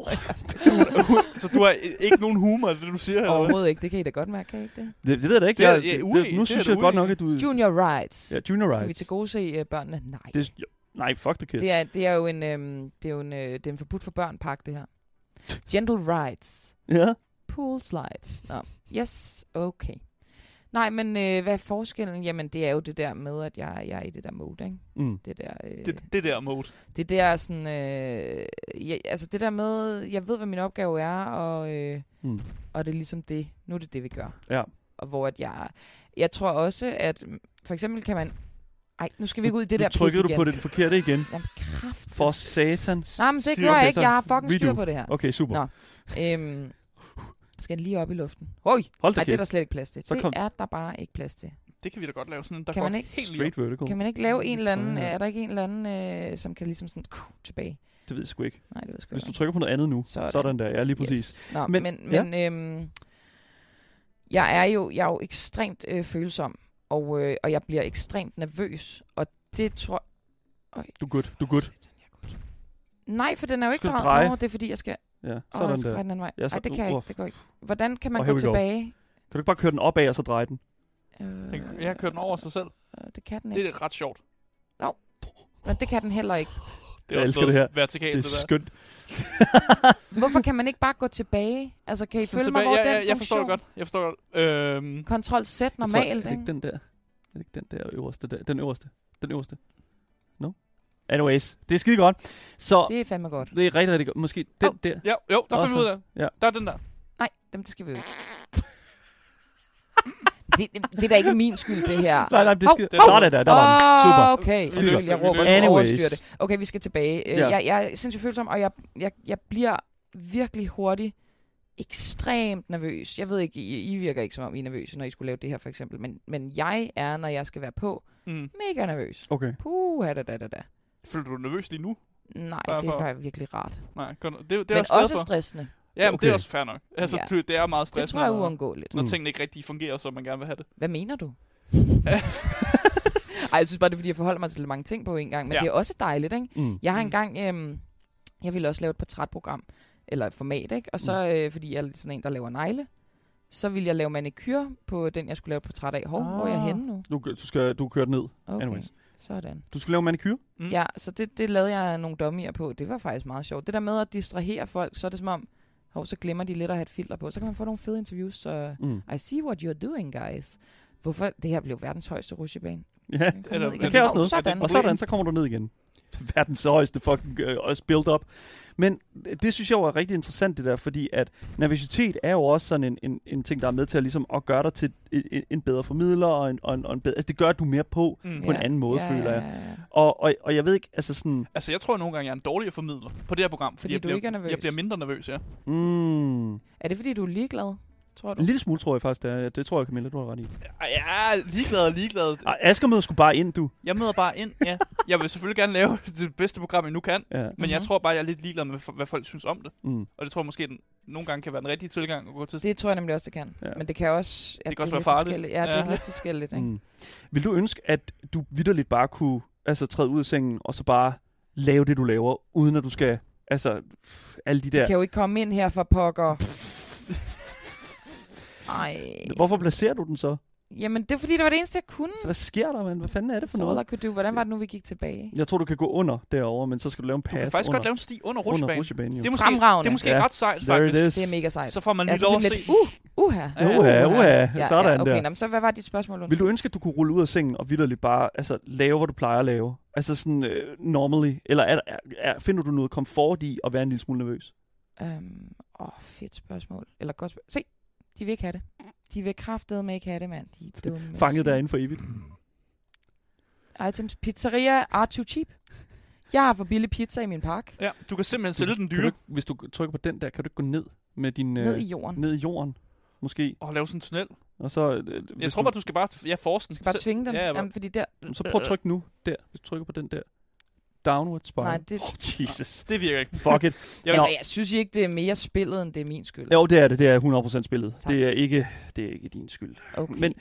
Så du har øh, ikke nogen humor, i det du siger? eller hvad? Overhovedet ikke. Det kan I da godt mærke, kan I ikke det? Det, det ved jeg da ikke. Det er- jeg, ja, det, uenig. det, nu Det er synes da jeg godt uenig. nok, at du... Junior rights. Ja, junior Skal vi rights. til gode se uh, børnene? Nej. Det, jo, nej, fuck the kids. Det er, det er jo en, øhm, det er jo en, øh, det er en forbudt for børn pakke, det her. Gentle rides. Ja. Pool slides. Nå. Yes, okay. Nej, men øh, hvad er forskellen? Jamen, det er jo det der med, at jeg, jeg er i det der mode, ikke? Mm. Det der, øh, det. Det, det der mode. det der sådan, øh, jeg, altså det der med, jeg ved, hvad min opgave er, og, øh, Mm. og det er ligesom det, nu er det det, vi gør. Ja. Og hvor at jeg, jeg tror også, at mm, for eksempel kan man, Ej, nu skal vi ikke ud i det nu der pis trykkede igen. du på den forkerte igen. Jamen, kraft. For satan. Nej, men det Siger- gør jeg Okay, ikke. så Jeg har fucking redo. styr på det her. Okay, super. Nå. Øhm, skal den lige op i luften? Hoj! Hold da Nej, det er der kæft. slet ikke plads til. Så Så det kom- er der bare ikke plads til. Det kan vi da godt lave sådan en, der Kan går man ikke? helt lige Straight vertical. Kan man ikke lave en eller anden... Ja. Er der ikke en eller anden, øh, som kan ligesom sådan... kuh, tilbage? Det ved jeg sgu ikke. Nej, det ved jeg sgu Hvis ikke. du trykker på noget andet nu, Sådan. sådan, sådan der. Ja, lige præcis. Yes. Nå, Men- men, men, ja. ja. men øhm, jeg er jo jeg er jo ekstremt øh, følsom og øh, og jeg bliver ekstremt nervøs og det tror Øj, Du er good, du er good. shit, den er good. Nej, for den er jo ikke Skal du drejet. dreje? Nå, det er fordi jeg skal, Ja, åh, jeg sådan skal der. dreje den anden vej. Ja, Ja, så- Ej, det kan jeg uh, ikke. Det går ikke. Hvordan kan man Og oh, here gå we go. tilbage? Kan du ikke bare køre den opad og så dreje den? Øh, Den, jeg kører den over sig selv. øh, Det kan den Det ikke. er ret sjovt. Men det kan den heller ikke. Jeg Det er også elsker noget det her. Vertikalt, Det det, er der. skønt. Hvorfor kan man ikke bare gå tilbage? Altså, kan I Sådan følge mig, hvor tilbage- ja, den ja, jeg forstår funktion? det godt. Jeg forstår det godt. Øhm, Kontrol Z Jeg tror, er normalt, det ikke? ikke den der? Er det ikke den der øverste? Der? Den øverste. Den øverste. No? Anyways, det er skide godt. Så Det er fandme godt. det er rigtig, rigtig godt. Måske den Hov. der. ja, jo, der fandt Også- vi ud af det. ja. Der er den der. (laughs) Nej, dem det skal vi jo ikke. det, det er da ikke min skyld, det (laughs) her. Nej, nej, det Hov, skal... hov. Sådan der, der var den. Super. Okay, Vi undskyld, løste jeg det, vi råber løste det. og Anyways. overstyrer det. Okay, vi skal tilbage. Øh, Ja. Jeg, jeg er sindssygt følsom, og jeg, jeg, jeg bliver virkelig hurtigt ekstremt nervøs. Jeg ved ikke, I, I virker ikke som om I er nervøse, når I skulle lave det her for eksempel, men, men jeg er, når jeg skal være på, Mm. mega nervøs. Okay. Puh, da, da, da, da. Føler du dig nervøs lige nu? Nej, Bare det er for- faktisk virkelig rart. Nej, godt. Det, det er Men også, glad også for. stressende. Ja, men det er Okay. også fair nok. Altså, Ja. ja. det er meget Det stressende, tror jeg er når, uundgåeligt. når Mm. tingene ikke rigtig fungerer, som man gerne vil have det. Hvad mener (laughs) du? Ej, jeg synes bare, det er, fordi jeg forholder mig til mange ting på en gang, men Ja. ja. det er også dejligt, ikke? Mm. Jeg har Mm. engang, øhm, jeg ville også lave et portrætprogram, eller et format, ikke? Mm. Og så, øh, fordi jeg er lidt sådan en, der laver negle, så ville jeg lave manikyr på den, jeg skulle lave et portræt af. Hov, ah. hvor er jeg Ah. henne nu? Du, du skal du kører den ned. Okay, Anyways. sådan. Du skal lave manikyr. Mm. Ja, så det, det lavede jeg nogle dummier på. Det var faktisk meget sjovt. Det der med at distrahere folk, så er det som om, hov, så glemmer de lidt at have et filter på. Så kan man få nogle fede interviews, så Mm. I see what you're doing, guys. Hvorfor? Det her blev verdens højeste rutsjebane. Ja. Den kom Eller- ned det igen. kan også Hov, noget. Sådan. Og sådan, så kommer du ned igen. (laughs) Verdens højeste fucking øh, også build-up. Men øh, det synes jeg jo er rigtig interessant det der, fordi at nervøsitet er jo også sådan en, en, en ting, der er med til at, ligesom, at gøre dig til en- en, en bedre formidler, og en, og en, og en bedre, altså det gør, at du er mere på, Mm. på en anden måde, føler jeg. ja, ja. Og, og, og jeg ved ikke, altså sådan, Altså, jeg tror nogle gange, jeg er en dårligere formidler på det her program. Fordi, Fordi jeg, du bliver, ikke er nervøs. jeg bliver mindre nervøs, ja. mm, en Er det, fordi du er ligeglad, tror du? lille smule tror jeg faktisk, det, er. det tror jeg, Camilla, du har ret i. Ej, Ja, ligeglad og ligeglad. Ej, Asger møder sgu bare ind, du. Jeg møder bare ind, ja. Jeg vil selvfølgelig gerne lave (laughs) det bedste program, jeg nu kan. Ja, Men jeg Mhm. tror bare, jeg er lidt ligeglad med, hvad folk synes om det. mm. Og det tror jeg måske, den, nogle gange kan være den rigtige tilgang at gå til. Det tror jeg nemlig også, det kan. Ja. Ja. Men det kan også... Ja, Det kan også er være lidt farligt. forskelligt. Ja, det er Ja. lidt forskelligt, ikke? Mm. Vil du ønske, at du vidderligt bare kunne altså, træde ud af sengen, og så bare lave det, du laver, uden at du skal, altså, pff, alle de De der... kan jo ikke komme ind her for pokker. Nej. Hvorfor placerer du den så? Jamen, det er fordi, det var det eneste, jeg kunne. Så hvad sker der, mand? Hvad fanden er det for Så all I noget? could do. Hvordan var det nu, vi gik tilbage? Jeg tror, du kan gå under derover, men så skal du lave en Du pass kan faktisk under, godt lave en sti under under rutsjebanen. rutsjebanen. Det jo. er måske, Fremragende. det er måske Ja. ret sejt, There it faktisk. is. Det er mega sejt. Så får man Jeg er lige lov at sådan se. lidt, uh, uha. Ja, Uha, uha. Sådan ja, der. okay, nå, men så hvad var dit spørgsmål? Vil du ønske, at du kunne rulle ud af sengen og vidderligt bare altså, lave, hvad du plejer at lave? Altså sådan øh, normally? Eller er, er, er, finder du noget komfort i at være en lille smule nervøs? Øhm, åh, fedt spørgsmål. Eller godt spørgsmål. Se, de vil ikke have det. De vil kraftedeme ikke have det, mand. De er dumme. Fanget derinde for evigt? Items. Pizzeria are too cheap. Jeg har for billig pizza i min pakke. Ja, du kan simpelthen sælge den Kan du, dyre ikke- hvis du trykker på den der, kan du ikke gå ned med din... øh, Ned i jorden. ned i jorden, måske. og lave sådan en tunnel. Og så, øh, Jeg hvis tror øh, bare, du skal bare ja, force den. Du skal bare tvinge dem. Ja, Ja, ja, Jamen, fordi der... du... Så prøv at trykke nu, der. Hvis du trykker på den der. Downward spiral. Nej, det... Oh, Jesus. Det virker ikke. Fuck it. Jeg, altså, vil- jeg synes I ikke, det er mere spillet, end det er min skyld. Jo, det er det. Det er 100% spillet. Tak. Det er, ikke, det er ikke din skyld. Okay. men-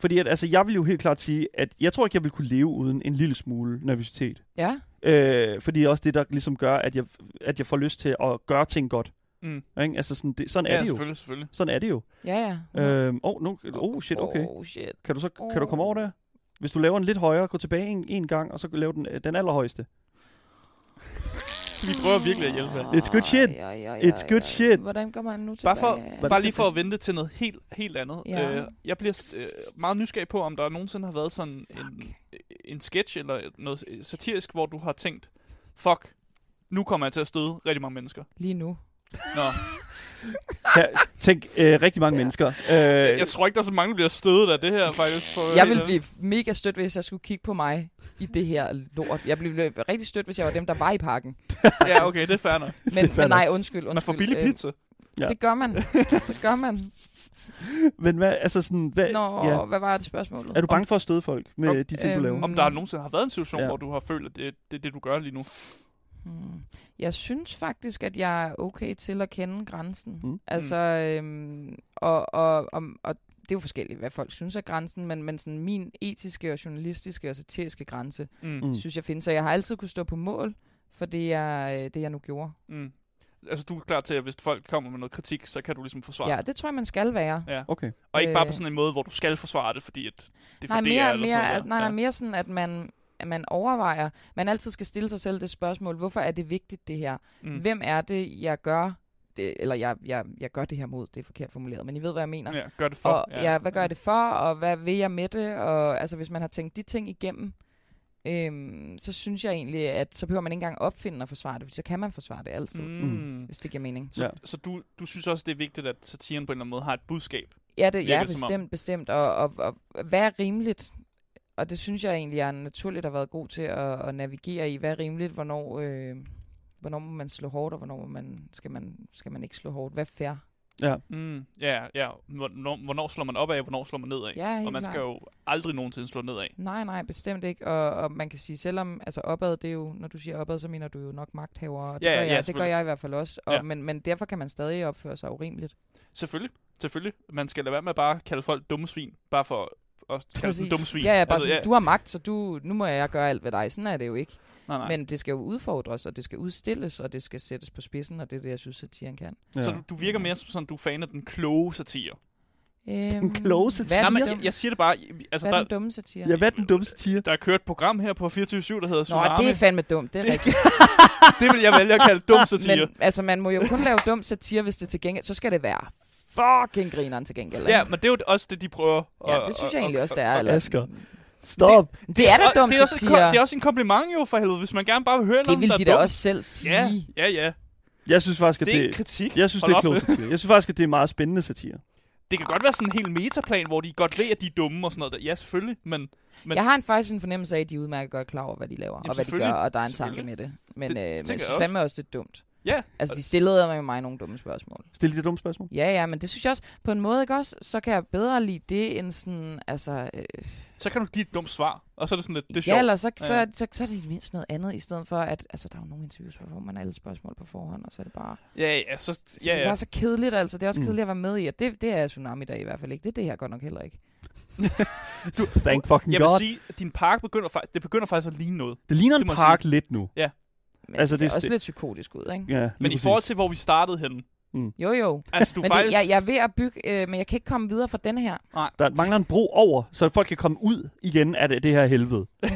Fordi at, altså, jeg vil jo helt klart sige, at jeg tror ikke, jeg vil kunne leve uden en lille smule nervøsitet. Ja, Øh, fordi det er også det, der ligesom gør, at jeg, at jeg får lyst til at gøre ting godt. Mm. Ikke? Altså, sådan, det, sådan, ja, er det jo. selvfølgelig, selvfølgelig. sådan er det jo. ja, ja. Øh, oh, nu, oh, shit, okay. Oh, shit. Kan du så kan du komme over Åh. der? Hvis du laver en lidt højere, gå tilbage en, en gang, og så lave den, øh, den allerhøjeste. Vi prøver virkelig at hjælpe her. It's good shit. Ej, ej, ej, It's ej, good ej. shit. Hvordan går man nu tilbage? Bare, for, Hvordan- bare lige for at vente til noget helt, helt andet. Ja. Øh, jeg bliver øh, meget nysgerrig på, om der nogensinde har været sådan en, øh, en sketch eller noget satirisk, hvor du har tænkt, fuck, nu kommer jeg til at støde rigtig mange mennesker. Lige nu. Nå. Her, tænk, øh, rigtig mange mennesker. Øh, Jeg tror ikke, der er så mange, der bliver stødet af det her, faktisk. For Jeg ville blive mega stødt, hvis jeg skulle kigge på mig i det her lort. Jeg ville blive rigtig stødt, hvis jeg var dem, der var i (laughs) parken. Ja, okay, det er fair nok. Men, fair men nok. nej, (laughs) undskyld. undskyld. Man får billig Øh, pizza. Ja. Det gør man. Det gør man. (laughs) men hvad, altså sådan, hvad, Nå, ja. hvad var det spørgsmål? er du bange for at støde folk med Om- de ting, du Øhm, laver? Om der nogensinde har været en situation, Ja. ja. hvor du har følt, at det, det er det, du gør lige nu. Hmm. Jeg synes faktisk, at jeg er okay til at kende grænsen. Mm. Mm. Altså, øhm, og, og, og, og det er jo forskelligt, hvad folk synes er grænsen, men, men sådan min etiske og journalistiske og satiriske grænse, Mm. Mm. mm. synes jeg findes. Så jeg har altid kunne stå på mål for det, jeg, øh, det, jeg nu gjorde. Mm. Altså, du er klar til, at hvis folk kommer med noget kritik, så kan du ligesom forsvare Ja, det tror jeg, man skal være. Okay. Og ikke bare på Øh. sådan en måde, hvor du skal forsvare det, fordi at det er nej, for DR mere, eller mere, sådan noget. at- der. nej, nej, ja. mere sådan, at man, at man overvejer, man altid skal stille sig selv det spørgsmål, hvorfor er det vigtigt det her? Mm. Mm. Hvem er det, jeg gør, det, eller jeg, jeg, jeg gør det her mod, det er forkert formuleret, men I ved, hvad jeg mener. Ja, gør det for. og ja. ja, hvad gør jeg det for, og hvad vil jeg med det, og altså hvis man har tænkt de ting igennem, øhm, så synes jeg egentlig, at så behøver man ikke engang opfinde og forsvare det, for så kan man forsvare det altid, mm. Mm. hvis det giver mening. Så, Ja. ja. så du, du synes også, det er vigtigt, at satiren på en eller anden måde har et budskab. Ja, det, ja Virker det som om. bestemt, bestemt, og, og, og hvad er rimeligt, og det synes jeg egentlig, jeg naturligt har været god til at, at navigere i, hvad er rimeligt, hvornår, øh, hvornår må man slå hårdt, og hvornår må man, skal, man, skal man ikke slå hårdt, hvad er fair? Mm. Ja, ja. Hvornår, hvornår slår man op af, hvornår slår man ned af? Ja, helt og man klart. skal jo aldrig nogensinde slå ned af. Nej, nej, bestemt ikke. Og, og man kan sige, selvom altså opad, det er jo, når du siger opad, så mener du jo nok magthavere. Og det, Ja, ja, gør ja, jeg, det gør selvfølgelig. jeg i hvert fald også. Og, Ja. ja. men, men derfor kan man stadig opføre sig urimeligt. Selvfølgelig. Selvfølgelig. Man skal lade være med bare at kalde folk dumme svin. Bare for at kalde dem dumme svin. Ja, ja, bare altså, sådan, ja. du har magt, så du, nu må jeg gøre alt ved dig. Sådan er det jo ikke. nej, nej. Nej. Men det skal jo udfordres, og det skal udstilles, og det skal sættes på spidsen, og det er det, jeg synes, satiren kan. Ja. Så du, du virker mere som sådan, du er fan af den kloge satire. Øhm, kloge satire? Nej, Hvad er den, men dumme, jeg, jeg siger det bare. Altså, hvad der, er den dumme satire? ja, hvad er den dummeste tier? der er kørt et program her på 24-7, der hedder Nå, Tsunami. det er fandme dumt, det er rigtigt. det vil jeg vælge at kalde dum satire. (laughs) Men altså, man må jo kun lave dum satire, hvis det til gengæld... Så skal det være fucking grineren til gengæld. ikke? Ja, men det er jo også det, de prøver. Ja, at- det synes at- jeg egentlig at- også, det er. Eller, Asger, stop! det er Og da dum det er, også et, satire. kom- det er også en kompliment jo, for helvede, hvis man gerne bare vil høre Det noget, vil der de er da dumt. også selv sige. Ja, ja, ja. Jeg synes faktisk, at Det er ikke det, kritik. jeg synes, Hold det er op klog med. satire. Jeg synes faktisk, at det er meget spændende satire. Det kan godt være sådan en helt metaplan, hvor de godt ved, at de er dumme og sådan noget. der. Ja, selvfølgelig, men Men- Men, jeg har en, faktisk en fornemmelse af, at de er udmærket godt klar over, hvad de laver, Jamen, og hvad de gør, selvfølgelig. og der er en tanke Selvfølgelig. med Det- det. Men, det, øh, det men tænker jeg jeg synes fandme også, det er dumt. ja. Altså, de stillede mig, mig nogle dumme spørgsmål. Stil de dumme spørgsmål. Ja, ja, men det synes jeg også, på en måde, ikke også, så kan jeg bedre lide det, end sådan, altså, øh, Så kan du give et dumt svar, og så er det sådan lidt, det er ja, sjovt. eller så, så, Ja. så, så, så er det mindst noget andet, i stedet for, at, altså, der er jo nogle interviews, hvor man har alle spørgsmål på forhånd, og så er det bare, Ja, ja, så, så det ja, er ja. bare så kedeligt, altså, det er også Mm. kedeligt at være med i, og det, det er Tsunami der i hvert fald ikke, det er det her godt nok heller ikke. Thank fucking Jeg vil God. sige, at din park begynder, fa- det begynder faktisk at ligne noget. Det ligner det en må jeg park lidt nu. Men Altså, altså, det det ser er også sti- lidt psykotisk ud, ikke? Ja, Men i forhold til, hvor vi startede henne. Jo, jo. Altså, du Men faktisk... det, jeg, jeg er ved at bygge, øh, men jeg kan ikke komme videre fra den her. (laughs) Der mangler en bro over, så folk kan komme ud igen af det, det her helvede. det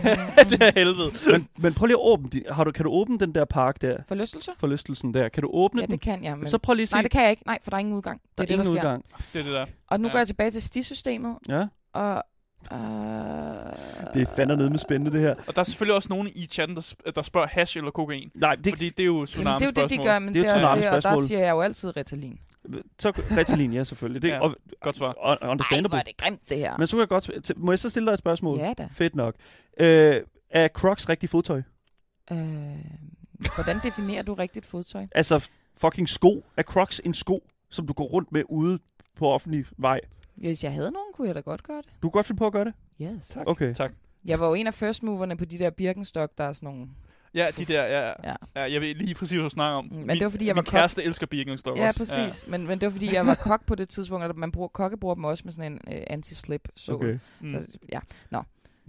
er helvede. Men, men prøv lige at åbne din, har du, Kan du åbne den der park der? Forlystelser? Forlystelsen der. Kan du åbne øhm, Ja, den? det kan jeg, men... Så prøv lige at se. Nej, det kan jeg ikke. Nej, for der er ingen udgang. Det der er det, der ingen sker. udgang. Det er det der. Og nu Ja. går jeg tilbage til stisystemet, Ja, og... Øh, det er fandme nede med spændende det her. Og der er selvfølgelig også nogen i chatten, der, sp- der spørger hash eller kokain. Nej, det, Det, fordi det er jo Jamen, det er jo det, de tsunami-spørgsmål. gør, men Det er det et er også det, og tsunami-spørgsmål. der siger jeg jo altid Ritalin. så Ritalin, ja selvfølgelig. Det, Ja, ja, og, Godt svar. og, og Ej, hvor understandable. er det grimt, det her. Men så kan jeg godt... sp- til- Må jeg så stille dig et spørgsmål? Ja da. Fedt nok. Øh, er Crocs rigtig fodtøj? Øh, hvordan definerer du rigtigt fodtøj? Altså f- fucking sko. Er Crocs en sko, som du går rundt med ude på offentlig vej? Hvis jeg havde nogen, kunne jeg da godt gøre det. Du kan godt finde på at gøre det? Yes. Tak. Okay. Tak. Jeg var jo en af first moverne på de der Birkenstock, der er sådan nogle... Ja, de der, ja. ja. Ja. ja jeg ved lige præcis, hvad du snakker om. Men det var, fordi jeg var min kok. kæreste elsker Birkenstock Ja, også. præcis. Ja. Men, men det var, fordi jeg var kok på det tidspunkt, og man bruger, kokke bruger dem også med sådan en øh, anti-slip. Så, Okay. Mm. så, ja. Må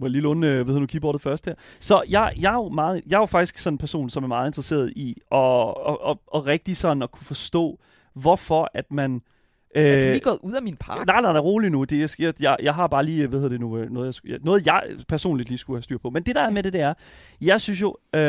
jeg lige låne, øh, hvad hedder nu, keyboardet først her. Så jeg, jeg, er jo meget, jeg er jo faktisk sådan en person, som er meget interesseret i at, og, og, og rigtig sådan at kunne forstå, hvorfor at man... Øh, Er du lige gået ud af min park? Nej, nej, nej, rolig nu. Det, jeg, sker, jeg, jeg har bare lige, hvad hedder det nu, øh, noget jeg, skulle- noget jeg personligt lige skulle have styr på. Men det der er med det, det er, jeg synes jo, øh,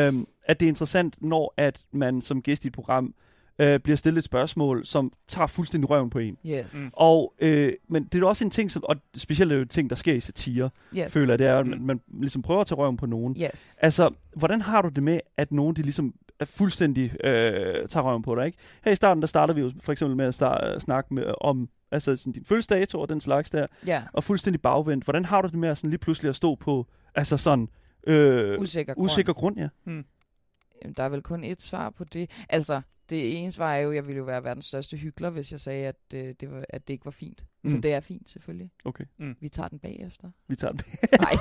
at det er interessant, når at man som gæst i et program øh, bliver stillet et spørgsmål, som tager fuldstændig røven på en. Yes. Mm. Mm. Og, øh, men det er jo også en ting, som, og specielt er det jo en ting, der sker i satire, Yes. yes. føler jeg, det er, at Mm. man, man ligesom prøver at tage røven på nogen. Altså, Yes. Altså, hvordan har du det med, at nogen de ligesom der fuldstændig øh, tager røven på dig. Ikke? Her i starten, der starter vi jo for eksempel med at start, snakke med, om altså, sådan, din fødselsdato og den slags der, Ja, og fuldstændig bagvendt. Hvordan har du det med at sådan, lige pludselig at stå på altså sådan, øh, usikker, grund. usikker grund? Ja. Jamen, Øhm, der er vel kun et svar på det. Altså, det ene svar er jo, jeg ville jo være verdens største hyggelig, hvis jeg sagde, at, øh, det, var, at det ikke var fint. Mm. Så Mm. det er fint, selvfølgelig. Okay. Mm. Vi tager den (laughs) bagefter. Vi tager det. Nej.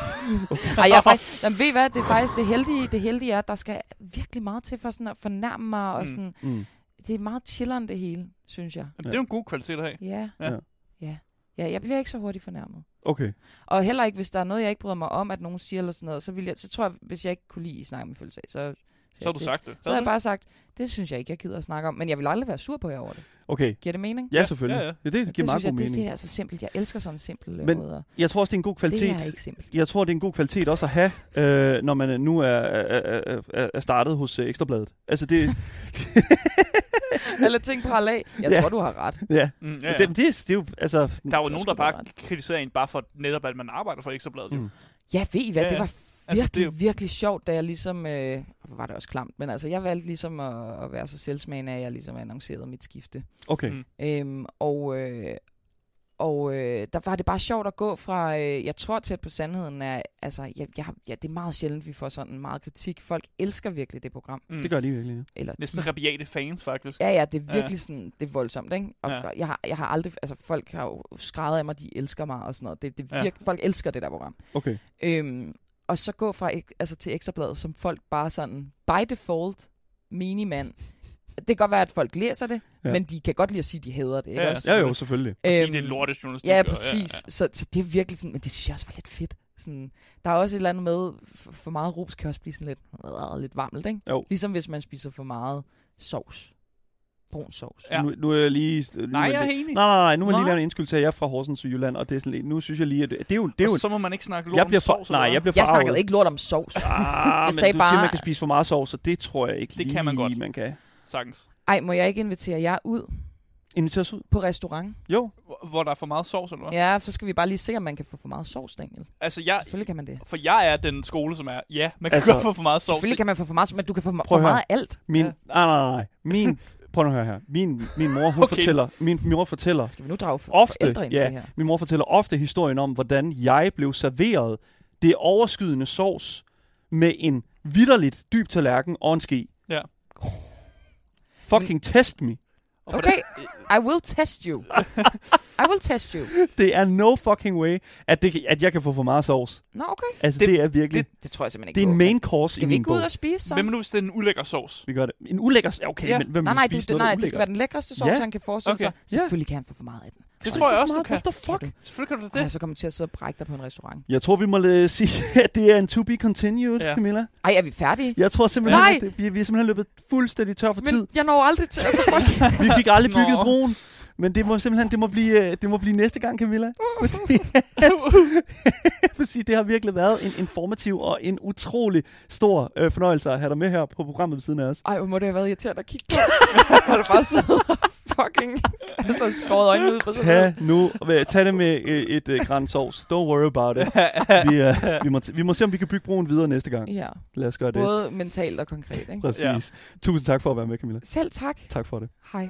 Ej, jeg er faktisk, jamen, ved I hvad, det er faktisk det heldige, det heldige er, at der skal virkelig meget til for sådan at fornærme mig, og Mm. sådan, Mm. det er meget chilleren det hele, synes jeg. Jamen, det er jo en god kvalitet at have. Ja. Ja. Ja. ja. Ja, jeg bliver ikke så hurtigt fornærmet. Okay. Og heller ikke, hvis der er noget, jeg ikke bryder mig om, at nogen siger eller sådan noget, så, vil jeg, så tror jeg, hvis jeg ikke kunne lide at snakke med følelse, så, Så har du det, sagt det. Mm, Så har jeg bare sagt, det synes jeg ikke, jeg gider at snakke om, men jeg vil aldrig være sur på jer over det. Okay. Giver det mening? Ja, selvfølgelig. Ja, ja, ja. ja. Ja, det giver det meget synes god jeg, det, det mening. er så simpelt. Jeg elsker sådan simple Men men, måder. Jeg tror også, det er en god Det kvalitet. her er ikke simpelt. Jeg tror, det er en god kvalitet også at have, øh, når man nu er, er, er- er, er startet hos øh, Ekstrabladet. Altså (laughs) det, Eller ting parallel. af. Jeg Ja. tror, du har ret. ja, Mm, ja, ja, ja. ja. Det, det, er- det er jo, altså... Der er jo nogen, Så skal der du have bare kritiserer en, bare for netop, at man arbejder for Ekstrabladet. Mm. Mm. Ja, ved I hvad, Ja, ja, det ja. var virkelig, Altså, altså, det er det jo- virkelig sjovt, da jeg ligesom, øh, hvor var det også klamt, men altså, jeg valgte ligesom at, at være så selvsmagende, at jeg ligesom annoncerede mit skifte. Okay. Mm. Øhm, og øh, og øh, der var det bare sjovt at gå fra, øh, jeg tror tæt på sandheden, er, altså, jeg, jeg, har- ja, det er meget sjældent, vi får sådan meget kritik. Folk elsker virkelig det program. Mm. Det gør de virkelig, ja. Eller Næsten rabiate fans, faktisk. Ja, ja, det er Ja. virkelig sådan, det er voldsomt, ikke? Og Ja. ja. jeg, har, jeg har aldrig, altså folk har jo skrevet af mig, de elsker mig og sådan noget. Det, det Ja. virke, ja. Folk elsker det der program. Okay. Øhm, og så gå fra, ek- altså til Ekstrabladet, som folk bare sådan, by default, minimand. Det kan godt være, at folk læser det, Ja. ja. men de kan godt lide at sige, at de hader det, ikke Ja, ja. også? Øhm, Ja, jo, selvfølgelig. Og sige, det er lortet journalistik. Ja, og- præcis. Ja, ja. Så, så det er virkelig sådan, men det synes jeg også var lidt fedt. Sådan, der er også et eller andet med, for, for meget ros kan også blive sådan lidt, øh, lidt varmelt, ikke? Jo. Ligesom hvis man spiser for meget sovs. Brun sovs. Ja. Nu, nu er jeg lige... Nu Nej, jeg er er lige, enig. nej, nej, nej, nu må jeg lige Nej. lave en indskyldelse. Jeg er fra Horsens i Jylland, og det er sådan, lidt- nu synes jeg lige, at det, det er jo... Det er jo Og så må man ikke snakke lort jeg bliver om sovs, for, eller nej, hvad? jeg bliver Jeg farvet. snakkede ikke lort om (laughs) sovs. Ah, jeg men sagde du bare... siger, bare- man kan spise for meget sovs, og det tror jeg ikke Det lige, kan man godt. man kan. Sagtens. Ej, må jeg ikke invitere jer ud Inviterer os ud? på restaurant? Jo. Hvor- Hvor der er for meget sovs, eller hvad? Ja, så skal vi bare lige se, om man kan få for meget sovs, Daniel. Altså, jeg, Selvfølgelig kan man det. for jeg er den skole, som er, ja, man kan Altså, altså, godt få for meget sovs. Selvfølgelig kan man få for meget, men du kan få for Prøv at høre. meget af alt. Min, ja. Nej, Ja. nej, nej. Min, prøv nu at høre her. Min, min mor, hun okay. (laughs) Okay. fortæller... Min mor fortæller... Skal vi nu drage for, Ofte, forældre ind i ja. det her? Min mor fortæller ofte historien om, hvordan jeg blev serveret det overskydende sovs med en vidderligt dyb tallerken og en ske. Ja. Fucking test (laughs) me. Og hvordan- Okay, I will test you. I will test you. Det er no fucking way, at, det, kan- at jeg kan få for meget sovs. Nå, okay. Altså, det, det er virkelig... Det, Det tror jeg simpelthen ikke det er en på. main course i Skal vi min ikke gå bog. ud og spise så? Hvem nu, hvis det er en ulækker sovs? Vi gør det. En ulækker... ja, Okay, ja. Ja. men hvem Nej, vil nej, det, spise det, noget, nej, der det skal være den lækreste sovs, Ja. han kan forestille Okay. sig. Ja. Selvfølgelig kan han få for meget af den. Det tror jeg for også, du meget. kan. What the fuck? Kan Selvfølgelig kan du Ej, altså- det. så kommer du til at sidde og brække dig på en restaurant. Jeg tror, vi må øh, sige, (laughs) at det er en to be continued, ja. Ja. Camilla. Ej, er vi færdige? Jeg tror simpelthen, Nej! at det, vi, vi er simpelthen løbet fuldstændig tør for tid. Men jeg når aldrig til (laughs) at få folk Vi fik aldrig Nå. bygget broen. Men det må simpelthen det må blive, øh, det må blive næste gang, Camilla. Fordi, at, (laughs) fordi det har virkelig været en informativ og en utrolig stor øh, fornøjelse at have dig med her på programmet ved siden af os. Ej, hvor må det have været irriterende at kigge på. (laughs) Hvor du bare sidder og fucking (laughs) altså, skåret øjnene ud på Tag, sådan nu, øh, tag det med øh, et øh, gran sovs. Don't worry about it. Vi, øh, vi, må t- vi må se, om vi kan bygge broen videre næste gang. noget. Ja, Lad os gøre det. både mentalt og konkret. Ikke? Præcis. Tusind tak for at være med, Camilla. Selv tak. Tak for det. Hej.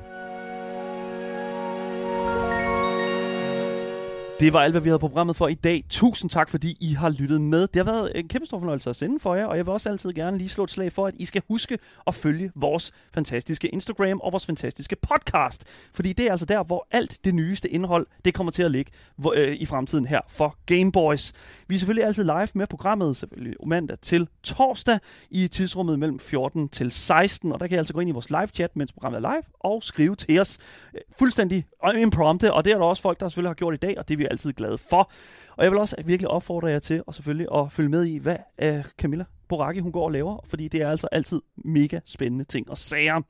Det var alt, hvad vi havde på programmet for i dag. Tusind tak, fordi I har lyttet med. Det har været en kæmpe stor fornøjelse at sende for jer, og jeg vil også altid gerne lige slå et slag for, at I skal huske at følge vores fantastiske Instagram og vores fantastiske podcast. Fordi det er altså der, hvor alt det nyeste indhold, det kommer til at ligge hvor, øh, i fremtiden her for Gameboys. Vi er selvfølgelig altid live med programmet, selvfølgelig mandag til torsdag i tidsrummet mellem 14 til 16, og der kan I altså gå ind i vores live-chat, mens programmet er live, og skrive til os øh, fuldstændig og imprompte, og det er der også folk, der selvfølgelig har gjort i dag, og det er vi altid glade for. Og jeg vil også virkelig opfordre jer til og selvfølgelig at følge med i, hvad øh, Camilla Boracchi, hun går og laver, fordi det er altså altid mega spændende ting og sager.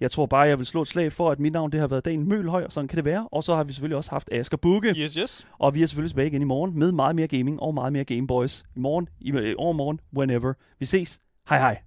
Jeg tror bare, jeg vil slå et slag for, at mit navn det har været Daniel Mølhøj, og sådan kan det være. Og så har vi selvfølgelig også haft Asger Bukke, Yes, yes. og vi er selvfølgelig tilbage igen i morgen med meget mere gaming og meget mere Gameboys. I morgen, i øh, overmorgen, whenever. Vi ses. Hej hej.